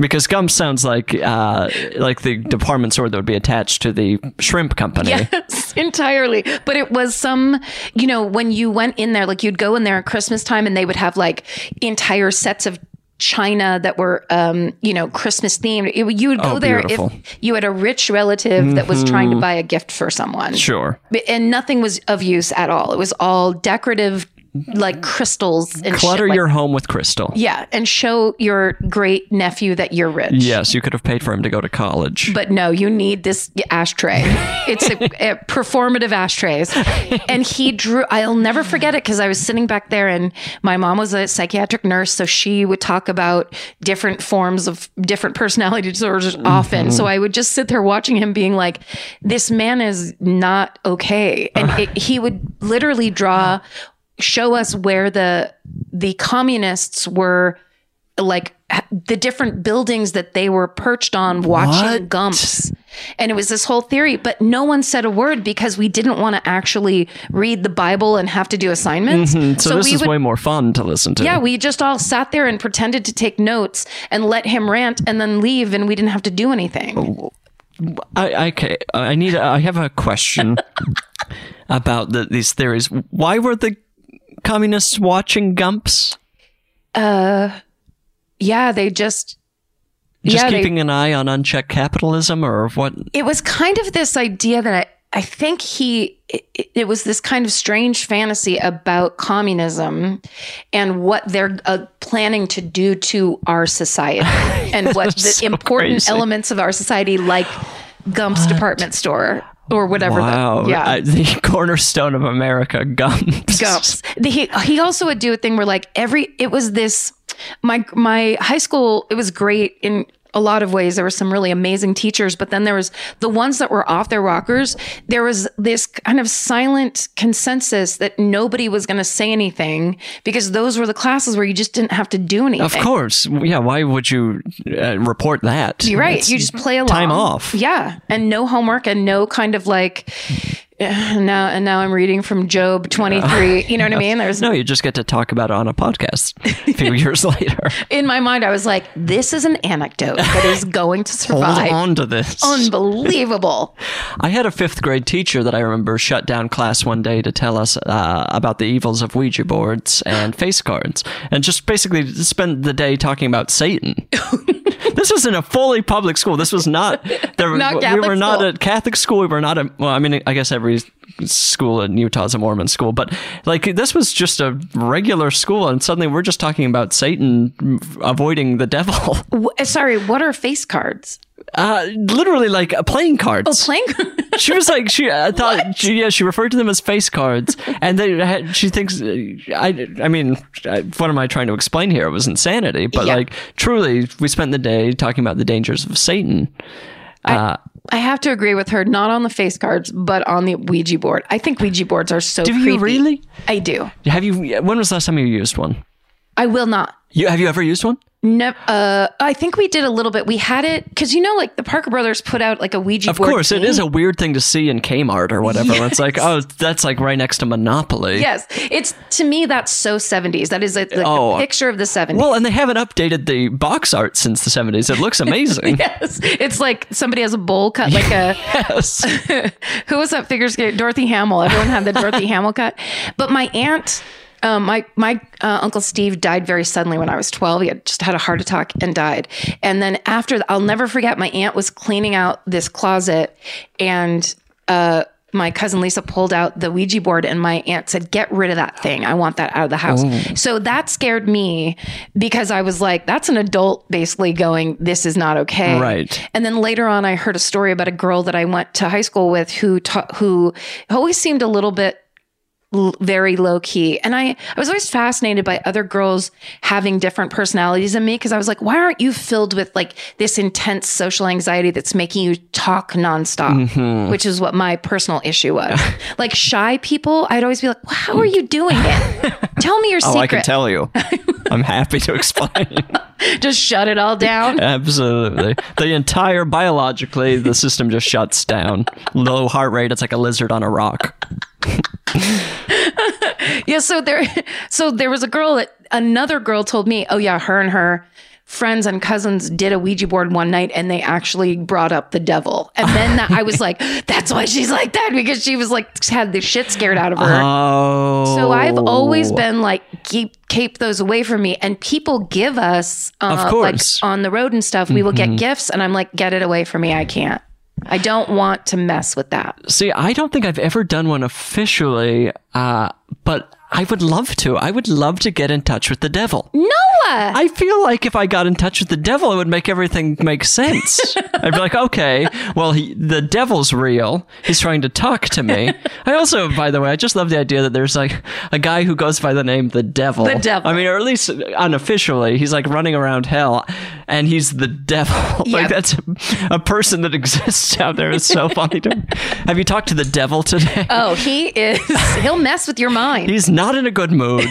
Speaker 4: because gump sounds like uh, like the department store that would be attached to the shrimp company
Speaker 3: Yes, entirely. But it was some, you know, when you went in there, like you'd go in there at Christmas time and they would have like entire sets of china that were, um, you know, Christmas themed. It- you would go
Speaker 4: Oh,
Speaker 3: there
Speaker 4: beautiful. Mm-hmm.
Speaker 3: if you had a rich relative that was trying to buy a gift for someone.
Speaker 4: sure
Speaker 3: But- And nothing was of use at all. It was all decorative, like crystals and shit
Speaker 4: clutter
Speaker 3: like-
Speaker 4: your home with crystal
Speaker 3: yeah, and show your great nephew that you're rich.
Speaker 4: yes you could have paid for him to go to college
Speaker 3: but no, you need this ashtray. It's a, a performative ashtrays. And he drew, I'll never forget it because I was sitting back there and my mom was a psychiatric nurse. So she would talk about different forms of different personality disorders often. So I would just sit there watching him being like, this man is not okay. And it, he would literally draw, show us where the, the communists were like h- the different buildings that they were perched on watching
Speaker 4: What?
Speaker 3: gumps And it was this whole theory, but no one said a word because we didn't want to actually read the Bible and have to do assignments.
Speaker 4: Mm-hmm. So, this
Speaker 3: we
Speaker 4: is
Speaker 3: would
Speaker 4: way more fun to listen to.
Speaker 3: yeah, we just all sat there and pretended to take notes and let him rant and then leave, and we didn't have to do
Speaker 4: Oh.
Speaker 3: anything.
Speaker 4: I, I okay. I need. I have a question about the, these theories. Why were the communists watching Gumps?
Speaker 3: Yeah, they just.
Speaker 4: Just
Speaker 3: yeah, they-
Speaker 4: keeping an eye on unchecked capitalism, or what?
Speaker 3: it was kind of this idea that I, I think he, it, it was this kind of strange fantasy about communism and what they're uh, planning to do to our society and what the
Speaker 4: so
Speaker 3: important
Speaker 4: crazy.
Speaker 3: elements of our society, like Gump's department store or whatever. the-
Speaker 4: Wow.
Speaker 3: yeah.
Speaker 4: I- the cornerstone of America, Gumps.
Speaker 3: Gumps. The- He he also would do a thing where like every it was this my my high school it was great in a lot of ways there were some really amazing teachers but then there was the ones that were off their rockers there was this kind of silent consensus that nobody was going to say anything because those were the classes where you just didn't have to do anything
Speaker 4: Of course. Yeah. Why would you uh, report that?
Speaker 3: you're right.
Speaker 4: It's-
Speaker 3: you just play along.
Speaker 4: time off.
Speaker 3: Yeah, and no homework and no kind of like "Eh, now. And now I'm reading from Job 23. You know what I mean? There's
Speaker 4: no, you just get to talk about it on a podcast a few years later.
Speaker 3: in my mind, I was like, this is an anecdote that is going to
Speaker 4: Hold
Speaker 3: survive.
Speaker 4: on to this.
Speaker 3: Unbelievable.
Speaker 4: I had a fifth grade teacher that I remember shut down class one day to tell us uh, about the evils of Ouija boards and face cards, and just basically spend the day talking about Satan. this was in a fully public school. This was not. There,
Speaker 3: Not
Speaker 4: we
Speaker 3: Catholic
Speaker 4: were not
Speaker 3: school.
Speaker 4: a Catholic school. We were not a. Well, I mean, I guess every school in Utah is a Mormon school, but like this was just a regular school, and suddenly we're just talking about Satan mm, avoiding the devil.
Speaker 3: W- uh, Sorry, what are face cards?
Speaker 4: Uh, literally like uh, playing cards.
Speaker 3: Playing.
Speaker 4: She was like, she I thought, she, yeah, she referred to them as face cards, and they had, she thinks, uh, I, I mean, I, what am I trying to explain here? It was insanity, but
Speaker 3: Yeah.
Speaker 4: like, truly, we spent the day talking about the dangers of Satan. Uh,
Speaker 3: I have to agree with her, not on the face cards, but on the Ouija board. I think Ouija boards are so
Speaker 4: Do you
Speaker 3: creepy.
Speaker 4: really?
Speaker 3: I do.
Speaker 4: Have you? When was the last time you used one?
Speaker 3: I will not.
Speaker 4: You have you ever used one?
Speaker 3: Nev- uh, I think we did a little bit. We had it because you know, like the Parker Brothers put out like a Ouija
Speaker 4: Of
Speaker 3: board.
Speaker 4: course, it
Speaker 3: game.
Speaker 4: is a weird thing to see in Kmart or whatever. It's like, oh, that's like right next to Monopoly.
Speaker 3: Yes, it's to me that's so seventies. That is like, the,
Speaker 4: Oh.
Speaker 3: the picture of the seventies.
Speaker 4: Well, and they haven't updated the box art since the seventies. It looks amazing.
Speaker 3: yes, it's like somebody has a bowl cut like a.
Speaker 4: yes.
Speaker 3: Who was that figure skater? Dorothy Hamill. Everyone had the Dorothy Hamill cut. But my aunt, um, my my uh, uncle Steve died very suddenly when I was twelve. He had just had a heart attack and died. And then after, th- I'll never forget. My aunt was cleaning out this closet, and uh, my cousin Lisa pulled out the Ouija board, and my aunt said, "Get rid of that thing. I want that out of the house." So that scared me because I was like, "That's an adult basically going. This is not okay."
Speaker 4: Right.
Speaker 3: And then later on, I heard a story about a girl that I went to high school with who ta- who always seemed a little bit l- very low key. And I I was always fascinated by other girls having different personalities than me because I was like, why aren't you filled with like this intense social anxiety that's making you talk nonstop,
Speaker 4: Mm-hmm.
Speaker 3: which is what my personal issue was. like shy people, I'd always be like, well, how are you doing it? Tell me your
Speaker 4: Oh,
Speaker 3: secret.
Speaker 4: I can tell you. I'm happy to explain.
Speaker 3: Just shut it all down.
Speaker 4: Absolutely. the entire biologically, the system just shuts down. Low heart rate. It's like a lizard on a rock.
Speaker 3: Yeah, so there so there was a girl that another girl told me, "Oh yeah, her and her friends and cousins did a Ouija board one night and they actually brought up the devil." And then that, I was like, "That's why she's like that because she was like had the shit scared out of her."
Speaker 4: Oh.
Speaker 3: so I've always been like keep keep those away from me and people give us uh,
Speaker 4: Of course. Mm-hmm.
Speaker 3: like on the road and stuff we will get gifts and I'm like get it away from me I can't I don't want to mess with that
Speaker 4: See, I don't think I've ever done one officially, uh, but I would love to. I would love to get in touch with the devil.
Speaker 3: Noah
Speaker 4: I feel like if I got in touch with the devil, it would make everything make sense. I'd be like, okay, well, he, the devil's real. He's trying to talk to me. I also, by the way, I just love the idea that there's like a guy who goes by the name the devil.
Speaker 3: The Devil.
Speaker 4: I mean, or at least unofficially, he's like running around hell, and he's the devil. like
Speaker 3: Yep.
Speaker 4: that's a, a person that exists out there. It's so funny. To Have you talked to the devil today?
Speaker 3: Oh, he is. He'll mess with your mind.
Speaker 4: He's not in a good mood.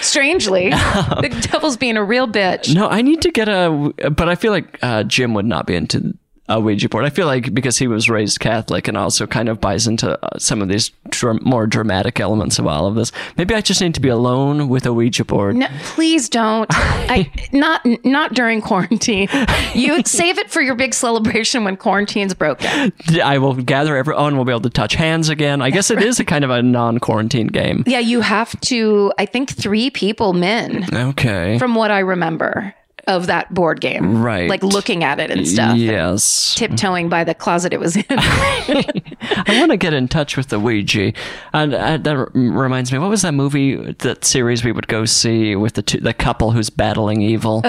Speaker 3: Strangely, the devil's being a real bitch.
Speaker 4: No, I need to get a. But I feel like uh, Jim would not be into a Ouija board. I feel like because he was raised Catholic and also kind of buys into uh, some of these dr- more dramatic elements of all of this. Maybe I just need to be alone with a Ouija board.
Speaker 3: No, please don't. I not not during quarantine. You save it for your big celebration when quarantine's broken.
Speaker 4: I will gather everyone. We'll be able to touch hands again. I guess it is a kind of a non-quarantine game.
Speaker 3: Yeah, you have to. I think three people min,
Speaker 4: Okay.
Speaker 3: from what I remember of that board game.
Speaker 4: Right.
Speaker 3: like looking at it and stuff.
Speaker 4: Yes.
Speaker 3: Tiptoeing by the closet it was in.
Speaker 4: I want to get in touch with the Ouija. And uh, that r- reminds me, what was that movie, that series we would go see with the two, the couple who's battling evil?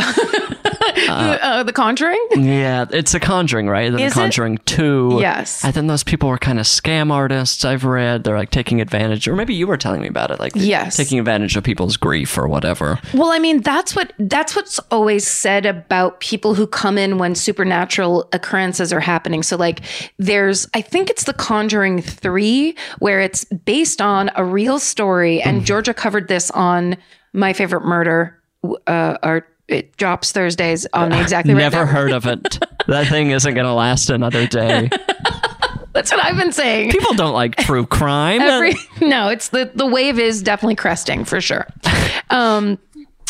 Speaker 3: uh, the Conjuring.
Speaker 4: yeah, it's The Conjuring, right? And then
Speaker 3: Is it?
Speaker 4: The Conjuring 2.
Speaker 3: Yes.
Speaker 4: And then those people were kind of scam artists, I've read. They're like taking advantage, or maybe you were telling me about it, like
Speaker 3: Yes.
Speaker 4: taking advantage of people's grief or whatever.
Speaker 3: Well, I mean, that's what that's what's always said about people who come in when supernatural occurrences are happening. So like there's I think it's The Conjuring 3 where it's based on a real story and
Speaker 4: Mm-hmm.
Speaker 3: Georgia covered this on My Favorite Murder w- uh or it drops Thursdays on the exactly right
Speaker 4: Uh, Never
Speaker 3: Network.
Speaker 4: heard of it. that thing isn't going to last another day.
Speaker 3: That's what I've been saying.
Speaker 4: People don't like true crime.
Speaker 3: Every- no, it's the the wave is definitely cresting for sure. Um,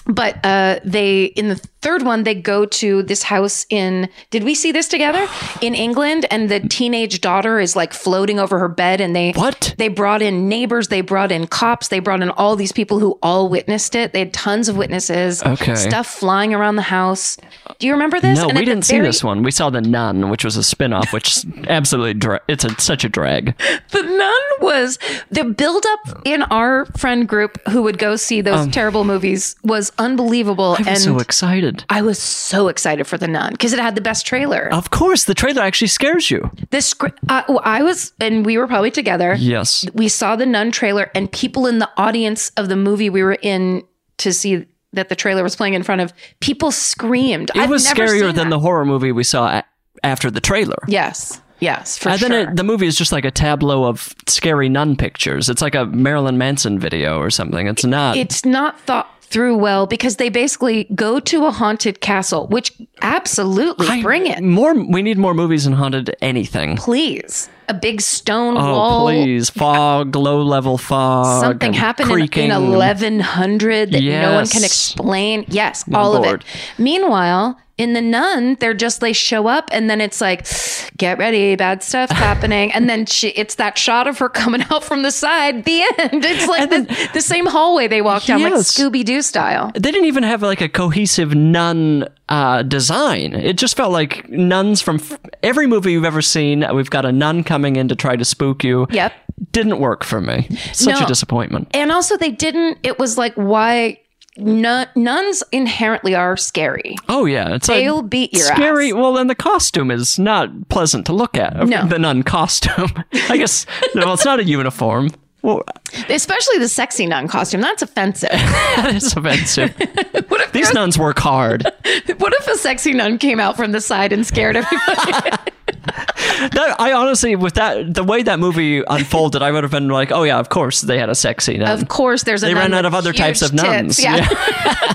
Speaker 3: but uh, they in the third one they go to this house in. Did we see this together in England? And the teenage daughter is like floating over her bed, and they
Speaker 4: What?
Speaker 3: they brought in neighbors, they brought in cops, they brought in all these people who all witnessed it. They had tons of witnesses.
Speaker 4: Okay.
Speaker 3: stuff flying around the house. Do you remember this?
Speaker 4: No,
Speaker 3: And
Speaker 4: we
Speaker 3: at the
Speaker 4: didn't see
Speaker 3: very-
Speaker 4: this one. We saw the Nun, which was a spin-off, which is absolutely dra- it's a, such a drag.
Speaker 3: The nun was the buildup in our friend group who would go see those terrible movies was unbelievable,
Speaker 4: I'm
Speaker 3: and
Speaker 4: Um. so excited.
Speaker 3: I was so excited for the nun because it had the best trailer.
Speaker 4: Of course, the trailer actually scares you.
Speaker 3: This script, uh, well, I was, and we were probably together.
Speaker 4: Yes.
Speaker 3: We saw the nun trailer, and people in the audience of the movie we were in to see that the trailer was playing in front of people screamed.
Speaker 4: It was scarier than the horror movie we saw a- after the trailer.
Speaker 3: yes, yes, for
Speaker 4: and
Speaker 3: sure.
Speaker 4: then it, the movie is just like a tableau of scary nun pictures. It's like a Marilyn Manson video or something. It's not.
Speaker 3: it's not thought through well because they basically go to a haunted castle, which absolutely
Speaker 4: I-
Speaker 3: bring it.
Speaker 4: More. We need more movies in haunted anything.
Speaker 3: Please. A big stone
Speaker 4: Oh
Speaker 3: wall.
Speaker 4: please! Fog, low level fog.
Speaker 3: Something
Speaker 4: and
Speaker 3: happened in, in
Speaker 4: creaking.
Speaker 3: 1100 that no one can
Speaker 4: Yes.
Speaker 3: explain. Yes, all
Speaker 4: bored.
Speaker 3: of it. Meanwhile, in the nun, they're just they show up and then it's like, get ready, bad stuff happening, and then she it's that shot of her coming out from the side. The end. It's like the, the same hallway they walked down, like
Speaker 4: Yes.
Speaker 3: Scooby Doo style.
Speaker 4: they didn't even have like a cohesive nun uh, design. It just felt like nuns from f- every movie you've ever seen. uh, We've got a nun coming in to try to spook you.
Speaker 3: Yep.
Speaker 4: Didn't work for me. Such
Speaker 3: No.
Speaker 4: a disappointment.
Speaker 3: and also they didn't it was like why nun, nuns inherently are scary
Speaker 4: Oh yeah, it's
Speaker 3: they'll
Speaker 4: like
Speaker 3: beat your
Speaker 4: scary.
Speaker 3: ass
Speaker 4: Well, and the costume is not pleasant to look at.
Speaker 3: No.
Speaker 4: the nun costume. I guess. well, it's not a uniform. Well,
Speaker 3: especially the sexy nun costume that's offensive
Speaker 4: that is offensive.
Speaker 3: what, if
Speaker 4: These nuns work hard.
Speaker 3: what if a sexy nun came out from the side and scared everybody
Speaker 4: That, I honestly, with that, the way that movie unfolded, I would have been like, oh yeah, of course they had a sexy nun.
Speaker 3: of course there's a
Speaker 4: They
Speaker 3: nun
Speaker 4: ran out
Speaker 3: with
Speaker 4: of other
Speaker 3: huge
Speaker 4: types of
Speaker 3: tits.
Speaker 4: nuns.
Speaker 3: yeah,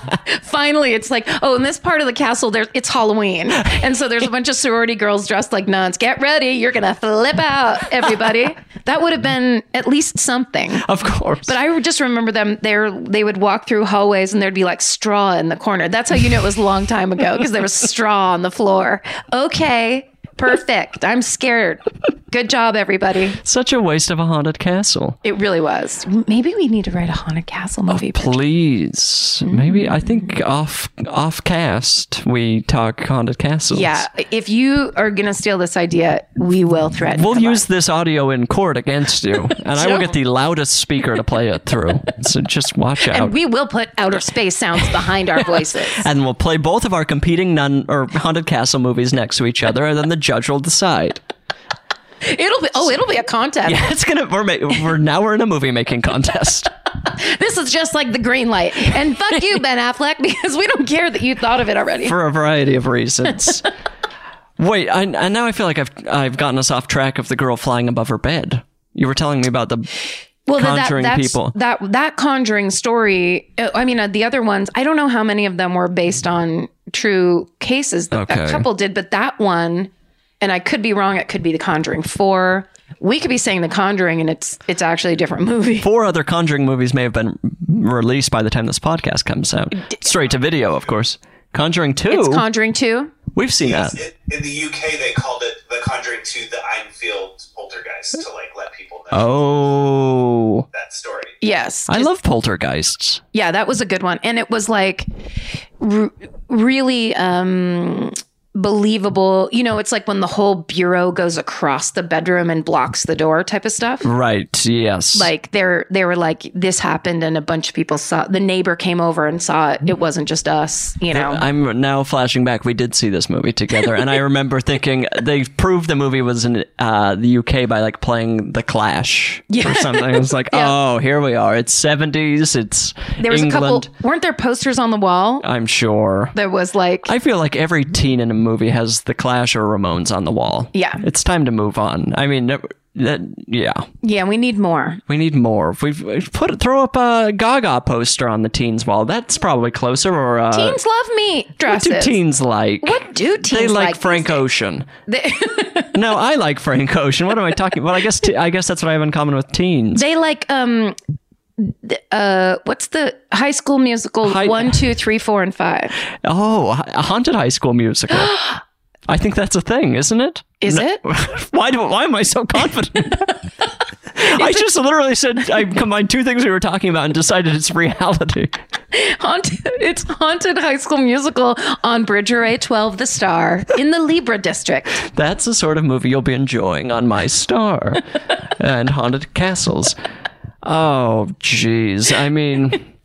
Speaker 3: finally it's like oh in this part of the castle there it's halloween and so there's a bunch of sorority girls dressed like nuns get ready you're gonna flip out everybody that would have been at least something
Speaker 4: Of course.
Speaker 3: But I just remember them. They they would walk through hallways and there'd be like straw in the corner. That's how you knew it was a long time ago because there was straw on the floor. Okay, perfect. I'm scared. Good job, everybody.
Speaker 4: Such a waste of a haunted castle.
Speaker 3: It really was. Maybe we need to write a haunted castle movie.
Speaker 4: Please, maybe
Speaker 3: Hmm.
Speaker 4: I think off off cast we talk haunted castles.
Speaker 3: yeah, if you are gonna steal this idea, we will threaten.
Speaker 4: We'll
Speaker 3: your
Speaker 4: use this audio in court against you, and I will get the loudest speaker to play it through. So just watch
Speaker 3: life.
Speaker 4: out.
Speaker 3: And we will put outer space sounds behind our voices.
Speaker 4: And we'll play both of our competing nun or haunted castle movies next to each other, and then the judge will decide.
Speaker 3: It'll be oh, it'll be a contest.
Speaker 4: It's gonna we're, ma- we're now we're in a movie making contest.
Speaker 3: This is just like the green light. And fuck you, Ben Affleck, because we don't care that you thought of it already.
Speaker 4: for a variety of reasons. Wait, I, I now I feel like I've I've gotten us off track of the girl flying above her bed. You were telling me about the
Speaker 3: well, then
Speaker 4: conjuring
Speaker 3: that, that's,
Speaker 4: people.
Speaker 3: That that conjuring story. uh, I mean, uh, the other ones. I don't know how many of them were based on true cases that
Speaker 4: Okay.
Speaker 3: that couple did, but that one and I could be wrong. It could be The Conjuring Four. We could be saying The Conjuring, and it's it's actually a different movie.
Speaker 4: Four other Conjuring movies may have been released by the time this podcast comes out. Straight to video, of course. Conjuring 2.
Speaker 3: It's Conjuring Two.
Speaker 4: We've seen that.
Speaker 5: It, in the UK, they called it The Conjuring 2 The Einfield Poltergeist to like let people know
Speaker 4: Oh.
Speaker 5: that story.
Speaker 3: Yes,
Speaker 4: I love poltergeists.
Speaker 3: yeah, that was a good one, and it was like r- really um, believable. You know, it's like when the whole bureau goes across the bedroom and blocks the door, type of stuff.
Speaker 4: Right, yes.
Speaker 3: Like they're they were like this happened, and a bunch of people saw. The neighbor came over and saw it. It wasn't just us, you know.
Speaker 4: I'm now flashing back. We did see this movie together, and I remember thinking they proved the movie was in uh, the UK by like playing The Clash or something. It was like, oh, here we are. It's 70s. It's
Speaker 3: there was
Speaker 4: England.
Speaker 3: a couple. Weren't there posters on the wall?
Speaker 4: I'm sure.
Speaker 3: There was like
Speaker 4: I feel like every teen in a movie has The Clash or Ramones on the wall.
Speaker 3: Yeah.
Speaker 4: it's time to move on. I mean, that, that- yeah,
Speaker 3: yeah, we need more.
Speaker 4: we need more. If We've we've put throw up a Gaga poster on the teens wall. That's probably closer. Or uh,
Speaker 3: teens love me
Speaker 4: what
Speaker 3: dresses.
Speaker 4: do teens like?
Speaker 3: What do teens
Speaker 4: they like,
Speaker 3: like these
Speaker 4: Frank Ocean.
Speaker 3: They,
Speaker 4: No, I like Frank Ocean. What am I talking? Well, I guess t- I guess that's what I have in common with teens.
Speaker 3: they like um th- uh what's the high school musical
Speaker 4: Hi-
Speaker 3: one two three four and five
Speaker 4: Oh, H- a haunted high school musical. I think that's a thing, isn't it?
Speaker 3: is it
Speaker 4: why do why am I so confident? I just literally said I combined two things we were talking about and decided it's reality.
Speaker 3: haunted it's haunted high school musical on bridger a12 the star in the libra district
Speaker 4: That's the sort of movie you'll be enjoying on my star and haunted castles. Oh, jeez. I mean,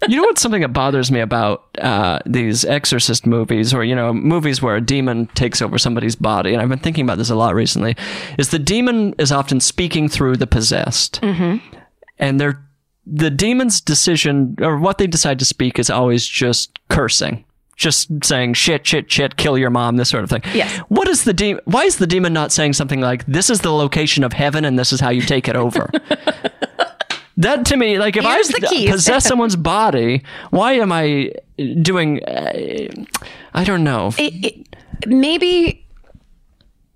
Speaker 4: you know what's something that bothers me about uh, these exorcist movies or, you know, movies where a demon takes over somebody's body, and I've been thinking about this a lot recently, is the demon is often speaking through the possessed. Mm-hmm. And they're, the demon's decision or what they decide to speak is always just cursing. Just saying shit, shit, shit, kill your mom, this sort of thing.
Speaker 3: Yes.
Speaker 4: What is the demon? Why is the demon not saying something like, "This is the location of heaven, and this is how you take it over"? That to me, like if
Speaker 3: Here's
Speaker 4: I
Speaker 3: the keys.
Speaker 4: possess someone's body, why am I doing? Uh, I don't know.
Speaker 3: It- it- maybe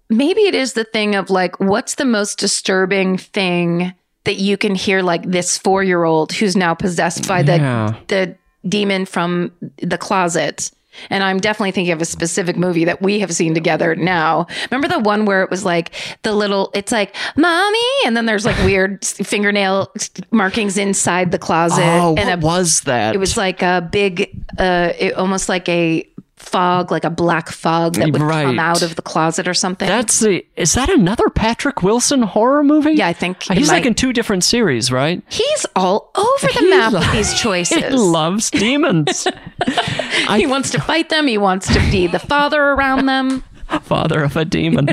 Speaker 3: maybe it is the thing of like what's the most disturbing thing that you can hear like this four-year-old who's now possessed by the
Speaker 4: Yeah.
Speaker 3: the demon from the closet and I'm definitely thinking of a specific movie that we have seen together now. Remember the one where it was like the little, it's like, mommy, and then there's like weird fingernail markings inside the closet.
Speaker 4: oh,
Speaker 3: and a
Speaker 4: what was that?
Speaker 3: it was like a big, uh, it, almost like a fog, like a black fog that would
Speaker 4: Right.
Speaker 3: come out of the closet or something.
Speaker 4: That's the. Is that another Patrick Wilson horror movie?
Speaker 3: Yeah, I think it
Speaker 4: he's like
Speaker 3: might-
Speaker 4: in two different series, right?
Speaker 3: He's all over the
Speaker 4: He
Speaker 3: map
Speaker 4: lo-
Speaker 3: with these
Speaker 4: He
Speaker 3: choices.
Speaker 4: loves demons.
Speaker 3: he wants to fight them. He wants to be the father around them.
Speaker 4: Father of a demon.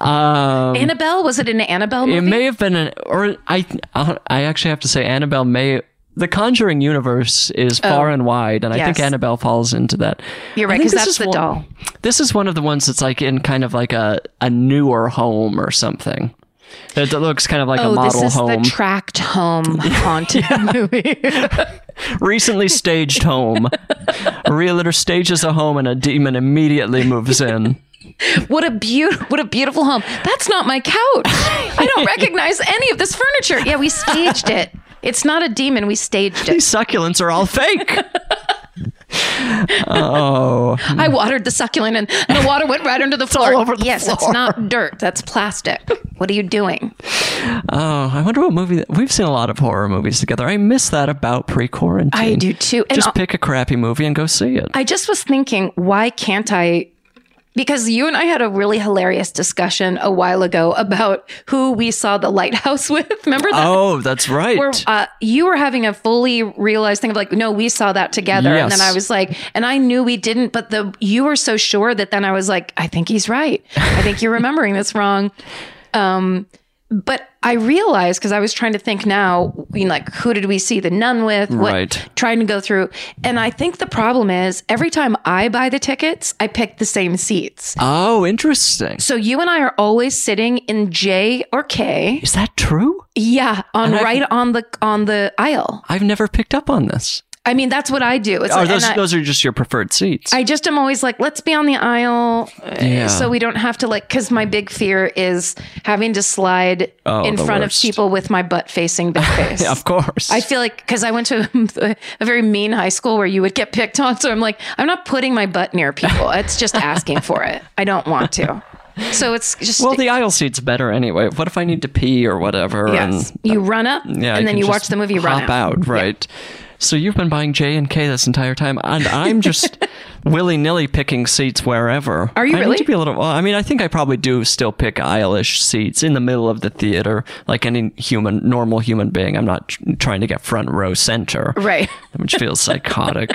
Speaker 3: Annabelle was it an Annabelle movie?
Speaker 4: Um, It may have been an, or I, I actually have to say, Annabelle may. The Conjuring universe is far and wide, and I think
Speaker 3: Oh. Yes.
Speaker 4: Annabelle falls into that.
Speaker 3: You're
Speaker 4: I
Speaker 3: right, 'cause
Speaker 4: think this
Speaker 3: that's
Speaker 4: is
Speaker 3: the
Speaker 4: one-
Speaker 3: doll.
Speaker 4: This is one of the ones that's like in kind of like a, a newer home or something. It looks kind of like a
Speaker 3: oh, this
Speaker 4: model
Speaker 3: is
Speaker 4: home,
Speaker 3: the tracked home haunted movie.
Speaker 4: recently staged home. a realtor stages a home, and a demon immediately moves in.
Speaker 3: what a beautiful, what a beautiful home. That's not my couch. I don't recognize any of this furniture. Yeah, we staged it. It's not a demon. We staged it.
Speaker 4: These succulents are all fake. oh,
Speaker 3: I watered the succulent and the water went right under the floor.
Speaker 4: all over the
Speaker 3: yes,
Speaker 4: floor.
Speaker 3: it's not dirt. That's plastic. What are you doing?
Speaker 4: Oh, I wonder what movie that, we've seen a lot of horror movies together. I miss that about pre-quarantine.
Speaker 3: I do too. And
Speaker 4: Just
Speaker 3: I-
Speaker 4: pick a crappy movie and go see it.
Speaker 3: I just was thinking, why can't I? Because you and I had a really hilarious discussion a while ago about who we saw the lighthouse with. Remember that?
Speaker 4: oh, that's right.
Speaker 3: where uh, you were having a fully realized thing of like, no, we saw that together, and
Speaker 4: Yes.
Speaker 3: then I was like, and I knew we didn't, but the you were so sure that then I was like, I think he's right. I think you're remembering this wrong. Um, but I realized because I was trying to think now, you know, like who did we see the nun with? What,
Speaker 4: Right.
Speaker 3: Trying to go through, and I think the problem is every time I buy the tickets, I pick the same seats.
Speaker 4: oh, interesting.
Speaker 3: So you and I are always sitting in J or K.
Speaker 4: Is that true?
Speaker 3: Yeah, on
Speaker 4: I've-
Speaker 3: right on the on the aisle.
Speaker 4: I've never picked up on this.
Speaker 3: I mean, that's what I do. It's
Speaker 4: Are
Speaker 3: like, and
Speaker 4: those
Speaker 3: I,
Speaker 4: those are just your preferred seats?
Speaker 3: I just am always like, let's be on the aisle uh,
Speaker 4: Yeah.
Speaker 3: so we don't have to like, because my big fear is having to slide
Speaker 4: Oh,
Speaker 3: in
Speaker 4: the
Speaker 3: front
Speaker 4: worst.
Speaker 3: of people with my butt facing their face.
Speaker 4: Yeah, of course.
Speaker 3: I feel like because I went to a very mean high school where you would get picked on, so I'm like, I'm not putting my butt near people. It's just asking for it. I don't want to. So it's just
Speaker 4: well, the aisle seat's better anyway. What if I need to pee or whatever?
Speaker 3: yes.
Speaker 4: And
Speaker 3: you run up,
Speaker 4: yeah,
Speaker 3: and then
Speaker 4: can
Speaker 3: you
Speaker 4: just
Speaker 3: watch the movie run
Speaker 4: hop out, right? So you've been buying J and K this entire time, and I'm just willy nilly picking seats wherever.
Speaker 3: Are you
Speaker 4: I
Speaker 3: really?
Speaker 4: Need to be a little. Well, I mean, I think I probably do still pick aisle-ish seats in the middle of the theater, like any human, normal human being. I'm not tr- trying to get front row center,
Speaker 3: Right.
Speaker 4: Which feels psychotic.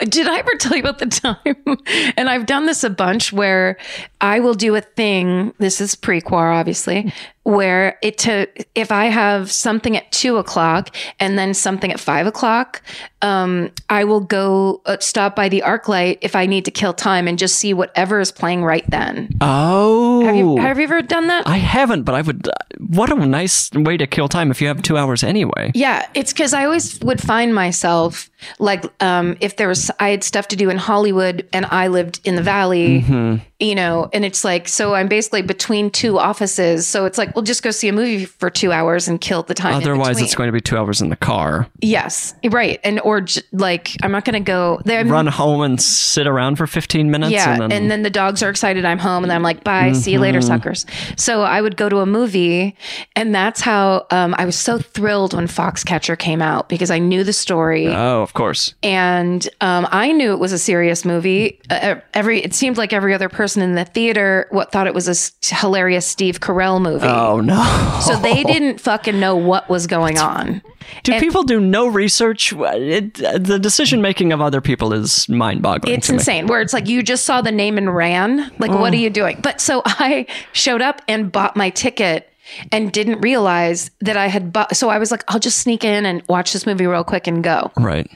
Speaker 3: Did I ever tell you about the time? and I've done this a bunch where I will do a thing. This is prequar, obviously, where it to if I have something at two o'clock and then something at five o'clock, um, I will go uh, stop by the arc light if I need to kill time and just see whatever is playing right then.
Speaker 4: Oh,
Speaker 3: Have you, have you ever done that?
Speaker 4: I haven't, but I would. What a nice way to kill time if you have two hours anyway.
Speaker 3: Yeah, it's because I always would find myself like um, if there was I had stuff to do in Hollywood and I lived in the Valley,
Speaker 4: Mm-hmm.
Speaker 3: you know, and it's like so I'm basically between two offices, so it's like we'll just go see a movie for two hours and kill the time. in
Speaker 4: Otherwise, it's
Speaker 3: between.
Speaker 4: going to be two hours in the car.
Speaker 3: yes, right, and or j- like I'm not going to go there. I'm-
Speaker 4: Run home and sit around for 15 minutes.
Speaker 3: yeah,
Speaker 4: and then, Mm-hmm.
Speaker 3: the dogs are excited I'm home, and I'm like, bye, see you later, suckers. So I would go to a movie, and that's how um, I was so thrilled when Foxcatcher came out because I knew the story.
Speaker 4: oh, of course.
Speaker 3: and um, I knew it was a serious movie. Uh, every it seemed like every other person in the theater what thought it was a s- hilarious Steve Carell movie.
Speaker 4: Oh no!
Speaker 3: So they didn't fucking know what was going on.
Speaker 4: Do people do no research? It, the decision making of other people is mind boggling.
Speaker 3: It's insane. Where it's like you just saw the name and ran. Like what are you doing? But so I showed up and bought my ticket and didn't realize that I had bought. So I was like, I'll just sneak in and watch this movie real quick and go.
Speaker 4: Right.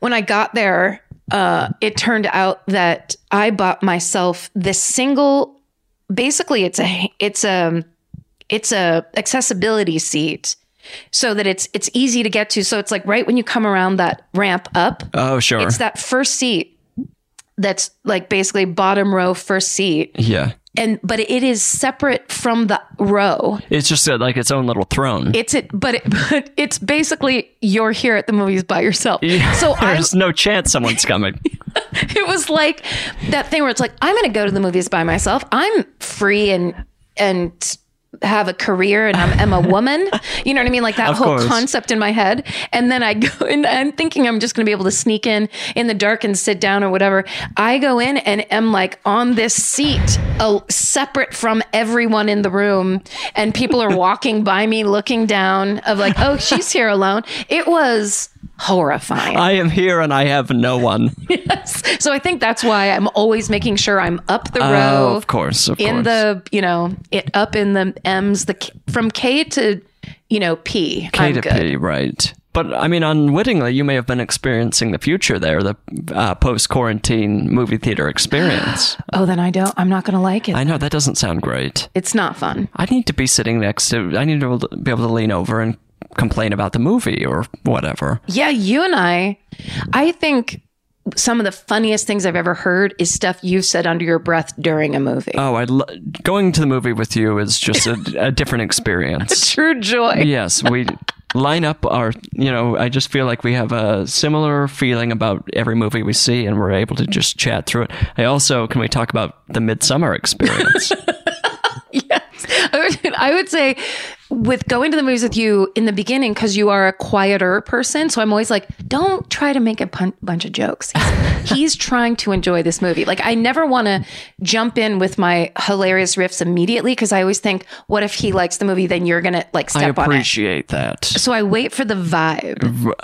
Speaker 3: when I got there, uh, it turned out that I bought myself this single. Basically, it's a it's a it's a accessibility seat, so that it's it's easy to get to. So it's like right when you come around that ramp up,
Speaker 4: Oh sure.
Speaker 3: it's that first seat that's like basically bottom row first seat,
Speaker 4: yeah.
Speaker 3: and but it is separate from the row.
Speaker 4: It's just uh like its own little throne.
Speaker 3: It's it, but it, but it's basically you're here at the movies by yourself. So I
Speaker 4: There's no chance someone's coming.
Speaker 3: it was like that thing where it's like i'm gonna go to the movies by myself i'm free and and have a career and I'm, I'm a woman you know what i mean like that
Speaker 4: Of
Speaker 3: whole
Speaker 4: course.
Speaker 3: concept in my head and then i go and i'm thinking i'm just gonna be able to sneak in in the dark and sit down or whatever i go in and am like on this seat uh, separate from everyone in the room and people are walking by me looking down of like oh she's here alone it was horrifying
Speaker 4: I am here and I have no one.
Speaker 3: so I think that's why I'm always making sure I'm up the row,
Speaker 4: Oh, of course. Of
Speaker 3: in
Speaker 4: course.
Speaker 3: the you know it up in the M's the K, from K to you know P.
Speaker 4: K
Speaker 3: I'm
Speaker 4: to
Speaker 3: good.
Speaker 4: P, right. But I mean, unwittingly, you may have been experiencing the future there, the uh, post quarantine movie theater experience.
Speaker 3: Oh, then I don't. I'm not gonna like it.
Speaker 4: I know that doesn't sound great.
Speaker 3: it's not fun.
Speaker 4: I need to be sitting next to, I need to be able to lean over and complain about the movie or whatever.
Speaker 3: Yeah, you and I. I think some of the funniest things I've ever heard is stuff you've said under your breath during a movie.
Speaker 4: Oh, I lo- going to the movie with you is just a, a different experience.
Speaker 3: True joy.
Speaker 4: yes, we line up our, you know, I just feel like we have a similar feeling about every movie we see and we're able to just chat through it. I also, can we talk about the midsummer experience?
Speaker 3: I would, I would say with going to the movies with you in the beginning because you are a quieter person so i'm always like don't try to make a pun- bunch of jokes he's, he's trying to enjoy this movie like i never want to jump in with my hilarious riffs immediately because i always think what if he likes the movie then you're gonna like
Speaker 4: I
Speaker 3: step on it
Speaker 4: appreciate that.
Speaker 3: so i wait for the vibe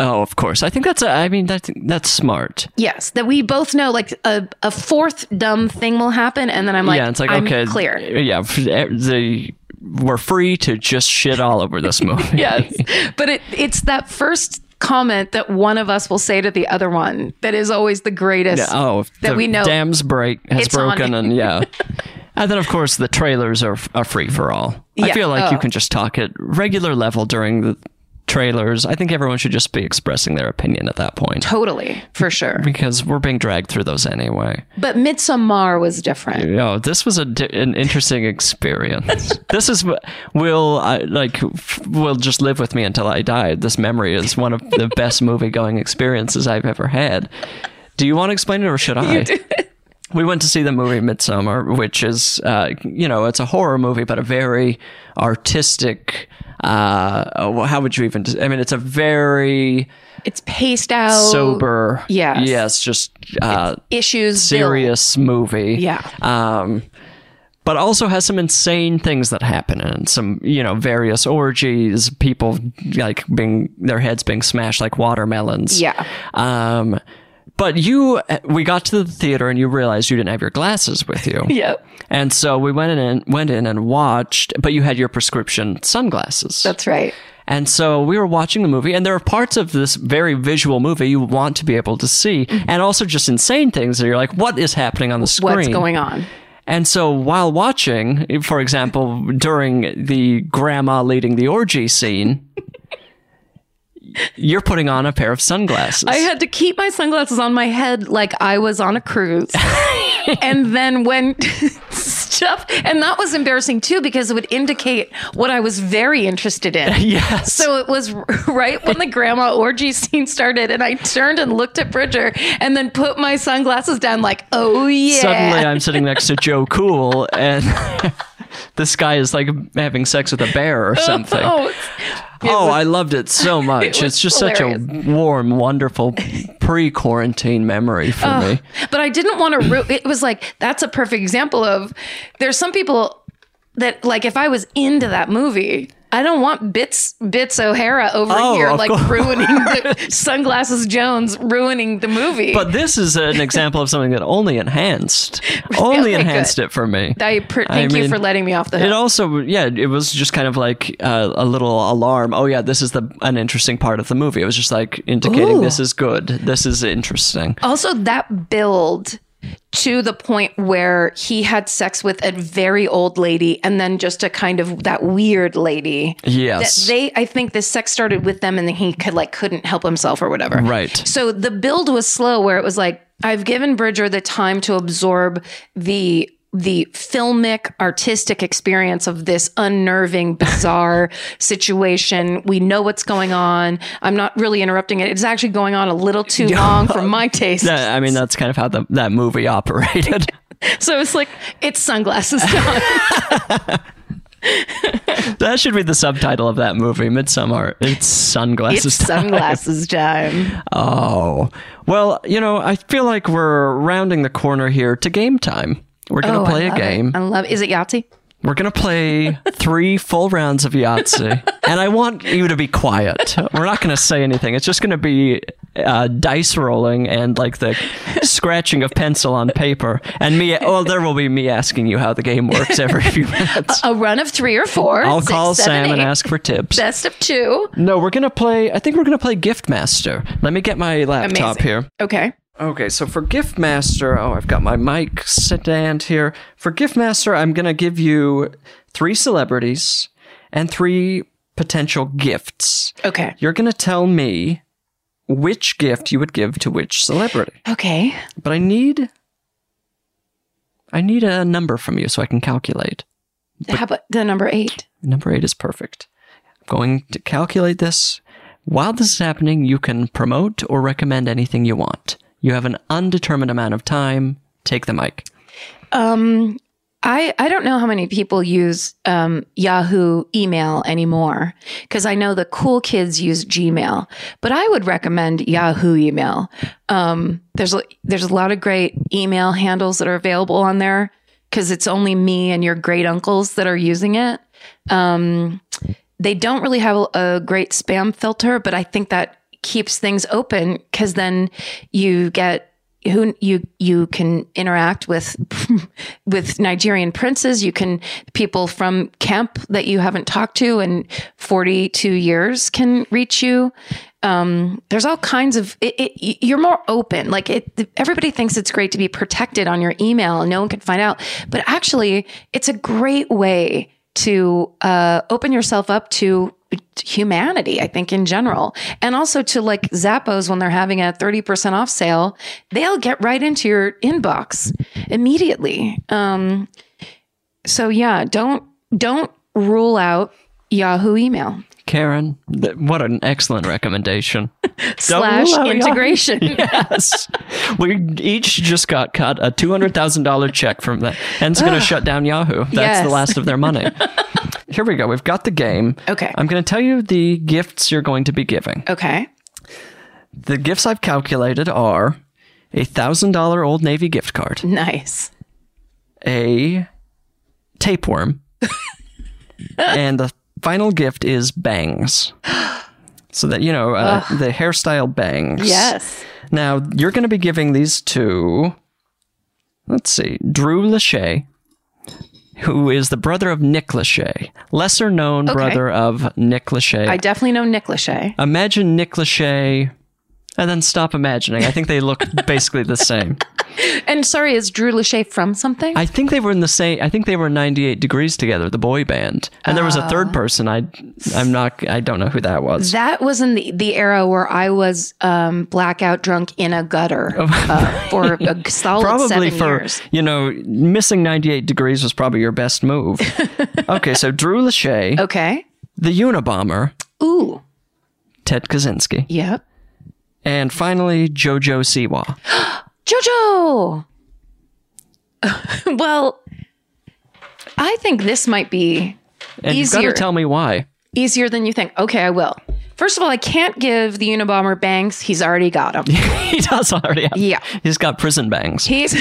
Speaker 4: Oh, of course. I think that's, a, I mean, that, that's smart.
Speaker 3: yes that we both know like a, a fourth dumb thing will happen and then i'm like,
Speaker 4: yeah, it's like
Speaker 3: I'm
Speaker 4: okay,
Speaker 3: clear
Speaker 4: Yeah, f- the we're free to just shit all over this movie.
Speaker 3: yes but it, it's that first comment that one of us will say to the other one that is always the greatest
Speaker 4: Oh,
Speaker 3: That
Speaker 4: the
Speaker 3: we know
Speaker 4: dams break has
Speaker 3: it's on.
Speaker 4: broken, and yeah. And then, of course, the trailers are, are free for all. I
Speaker 3: Yeah.
Speaker 4: feel like
Speaker 3: Oh.
Speaker 4: you can just talk at regular level during the trailers. I think everyone should just be expressing their opinion at that point
Speaker 3: Totally, for sure.
Speaker 4: because we're being dragged through those anyway.
Speaker 3: But Midsommar was different.
Speaker 4: Yo, this was a di- an interesting experience. this is what will I like f- will just live with me until I die. This memory is one of the best movie going experiences I've ever had. Do you want to explain it or should I? We went to see the movie Midsummer, which is, uh, you know, it's a horror movie, but a very artistic. Uh, oh, how would you even? I mean, it's a very
Speaker 3: It's paced out.
Speaker 4: sober.
Speaker 3: yes.
Speaker 4: Oh, Yes, just uh,
Speaker 3: Issues. built.
Speaker 4: serious movie.
Speaker 3: Yeah.
Speaker 4: Um, but also has some insane things that happen and some, you know, various orgies, people like being their heads being smashed like watermelons.
Speaker 3: Yeah.
Speaker 4: Um, but you, we got to the theater and you realized you didn't have your glasses with you.
Speaker 3: Yep.
Speaker 4: And so we went in and went in and watched, but you had your prescription sunglasses.
Speaker 3: That's right.
Speaker 4: And so we were watching the movie, and there are parts of this very visual movie you want to be able to see, and also just insane things that you're like, what is happening on the screen?
Speaker 3: Mm. What's going on?
Speaker 4: And so while watching, for example, during the grandma leading the orgy scene, you're putting on a pair of sunglasses.
Speaker 3: I had to keep my sunglasses on my head like I was on a cruise. and then when stuff, and that was embarrassing too because it would indicate what I was very interested in.
Speaker 4: yes.
Speaker 3: So it was right when the grandma orgy scene started, and I turned and looked at Bridger and then put my sunglasses down, like, oh yeah.
Speaker 4: Suddenly I'm sitting next to Joe Cool, and this guy is like having sex with a bear or something.
Speaker 3: Oh,
Speaker 4: oh, I loved it so much.
Speaker 3: was
Speaker 4: it's just such
Speaker 3: hilarious.
Speaker 4: a warm, wonderful pre-quarantine memory for me.
Speaker 3: but I didn't want to. Ru- it was like that's a perfect example of there's some people that like if I was into that movie. I don't want bits bits O'Hara over
Speaker 4: Oh,
Speaker 3: here
Speaker 4: of
Speaker 3: like
Speaker 4: course.
Speaker 3: ruining the sunglasses Jones ruining the movie.
Speaker 4: But this is an example of something that only enhanced, only
Speaker 3: Okay,
Speaker 4: enhanced
Speaker 3: good.
Speaker 4: it for me.
Speaker 3: I pr-
Speaker 4: I
Speaker 3: thank you
Speaker 4: mean,
Speaker 3: for letting me off the hook.
Speaker 4: It also, yeah, it was just kind of like uh, a little alarm. Oh yeah, this is the an interesting part of the movie. It was just like indicating
Speaker 3: Ooh.
Speaker 4: this is good, this is interesting.
Speaker 3: also that build to the point where he had sex with a very old lady and then just a kind of that weird lady that
Speaker 4: Yes,
Speaker 3: they i think the sex started with them and then he could like couldn't help himself or whatever
Speaker 4: right.
Speaker 3: so the build was slow where it was like i've given bridger the time to absorb the the filmic artistic experience of this unnerving bizarre situation we know what's going on i'm not really interrupting it it's actually going on a little too long for my taste
Speaker 4: That- I mean, that's kind of how the, that movie operated.
Speaker 3: so it's like it's sunglasses time.
Speaker 4: that should be the subtitle of that movie, Midsummer. It's sunglasses.
Speaker 3: it's
Speaker 4: time.
Speaker 3: sunglasses time
Speaker 4: Oh, well, you know, I feel like we're rounding the corner here to game time. We're going to
Speaker 3: Oh, I
Speaker 4: play a
Speaker 3: love it.
Speaker 4: game.
Speaker 3: i love is it yahtzee
Speaker 4: We're going to play three full rounds of Yahtzee. and I want you to be quiet. We're not going to say anything. It's just going to be uh, dice rolling and like the scratching of pencil on paper. And me, oh, there will be me asking you how the game works every few minutes.
Speaker 3: a run of three or four
Speaker 4: I'll
Speaker 3: six,
Speaker 4: call
Speaker 3: seven,
Speaker 4: Sam and
Speaker 3: eight.
Speaker 4: ask for tips.
Speaker 3: best of two
Speaker 4: No, we're going to play, I think we're going to play Gift Master. Let me get my laptop
Speaker 3: Amazing.
Speaker 4: here.
Speaker 3: okay
Speaker 4: Okay, so for Gift Master, oh, I've got my mic stand here. For Gift Master, I'm going to give you three celebrities and three potential gifts.
Speaker 3: okay
Speaker 4: You're going to tell me which gift you would give to which celebrity.
Speaker 3: Okay.
Speaker 4: But I need I need a number from you so I can calculate.
Speaker 3: How about the number eight?
Speaker 4: Number 8 is perfect. I'm going to calculate this. While this is happening, you can promote or recommend anything you want. You have an undetermined amount of time. Take the mic.
Speaker 3: Um, I I don't know how many people use um, Yahoo email anymore because I know the cool kids use Gmail, but I would recommend Yahoo email. Um, there's a, there's a lot of great email handles that are available on there because it's only me and your great uncles that are using it. Um, they don't really have a, a great spam filter, but I think that keeps things open because then you get who you you can interact with with Nigerian princes. You can people from camp that you haven't talked to in forty two years can reach you. Um, there's all kinds of it, it, you're more open. Like it, everybody thinks it's great to be protected on your email. and No one can find out, but actually, it's a great way to uh, open yourself up to humanity, I think, in general. And also to like Zappos when they're having a 30% off sale, they'll get right into your inbox immediately. Um, so yeah, don't, don't rule out Yahoo email
Speaker 4: Karen, th- what an excellent recommendation.
Speaker 3: slash
Speaker 4: rule out Yahoo.
Speaker 3: integration.
Speaker 4: yes. We each just got cut a $200,000 check from that. And it's going to shut down Yahoo. That's the
Speaker 3: Yes.
Speaker 4: last of their money. Here we go. We've got the game.
Speaker 3: Okay.
Speaker 4: I'm going to tell you the gifts you're going to be giving.
Speaker 3: okay.
Speaker 4: The gifts I've calculated are a $1,000 Old Navy gift card,
Speaker 3: Nice.
Speaker 4: a tapeworm, and the final gift is bangs. So that, you know, uh, the hairstyle bangs.
Speaker 3: Yes.
Speaker 4: Now, you're going to be giving these to, let's see, Drew Lachey, who is the brother of Nick Lachey, lesser known brother of Nick Lachey.
Speaker 3: I definitely know Nick Lachey.
Speaker 4: Imagine Nick Lachey, and then stop imagining. I think they look basically the same.
Speaker 3: And sorry, is Drew Lachey from something?
Speaker 4: I think they were in the same. I think they were 98 degrees together, the boy band, and there was a third person. I, I'm not. I don't know who that was.
Speaker 3: Oh. that was in the, the era where I was um, blackout drunk in a gutter uh, for a solid
Speaker 4: probably
Speaker 3: seven
Speaker 4: for
Speaker 3: years.
Speaker 4: you know missing 98 degrees was probably your best move. okay, so Drew Lachey,
Speaker 3: Okay.
Speaker 4: the Unabomber,
Speaker 3: Ooh.
Speaker 4: Ted Kaczynski,
Speaker 3: Yep.
Speaker 4: and finally JoJo Siwa.
Speaker 3: Jojo. well, I think this might be
Speaker 4: And you've
Speaker 3: Easier.
Speaker 4: got to tell me why.
Speaker 3: easier than you think. Okay, I will. First of all, I can't give the Unabomber bangs. He's already got them.
Speaker 4: he does already. Have,
Speaker 3: Yeah.
Speaker 4: he's got prison bangs.
Speaker 3: He's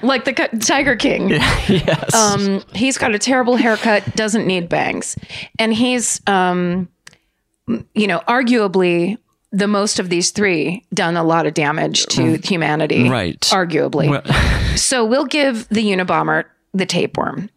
Speaker 3: like the cu- Tiger King.
Speaker 4: yes.
Speaker 3: Um, he's got a terrible haircut, doesn't need bangs, and he's, um, you know, arguably the most of these three done a lot of damage to humanity.
Speaker 4: Mm. Right.
Speaker 3: Arguably.
Speaker 4: Well-
Speaker 3: so we'll give the Unabomber the tapeworm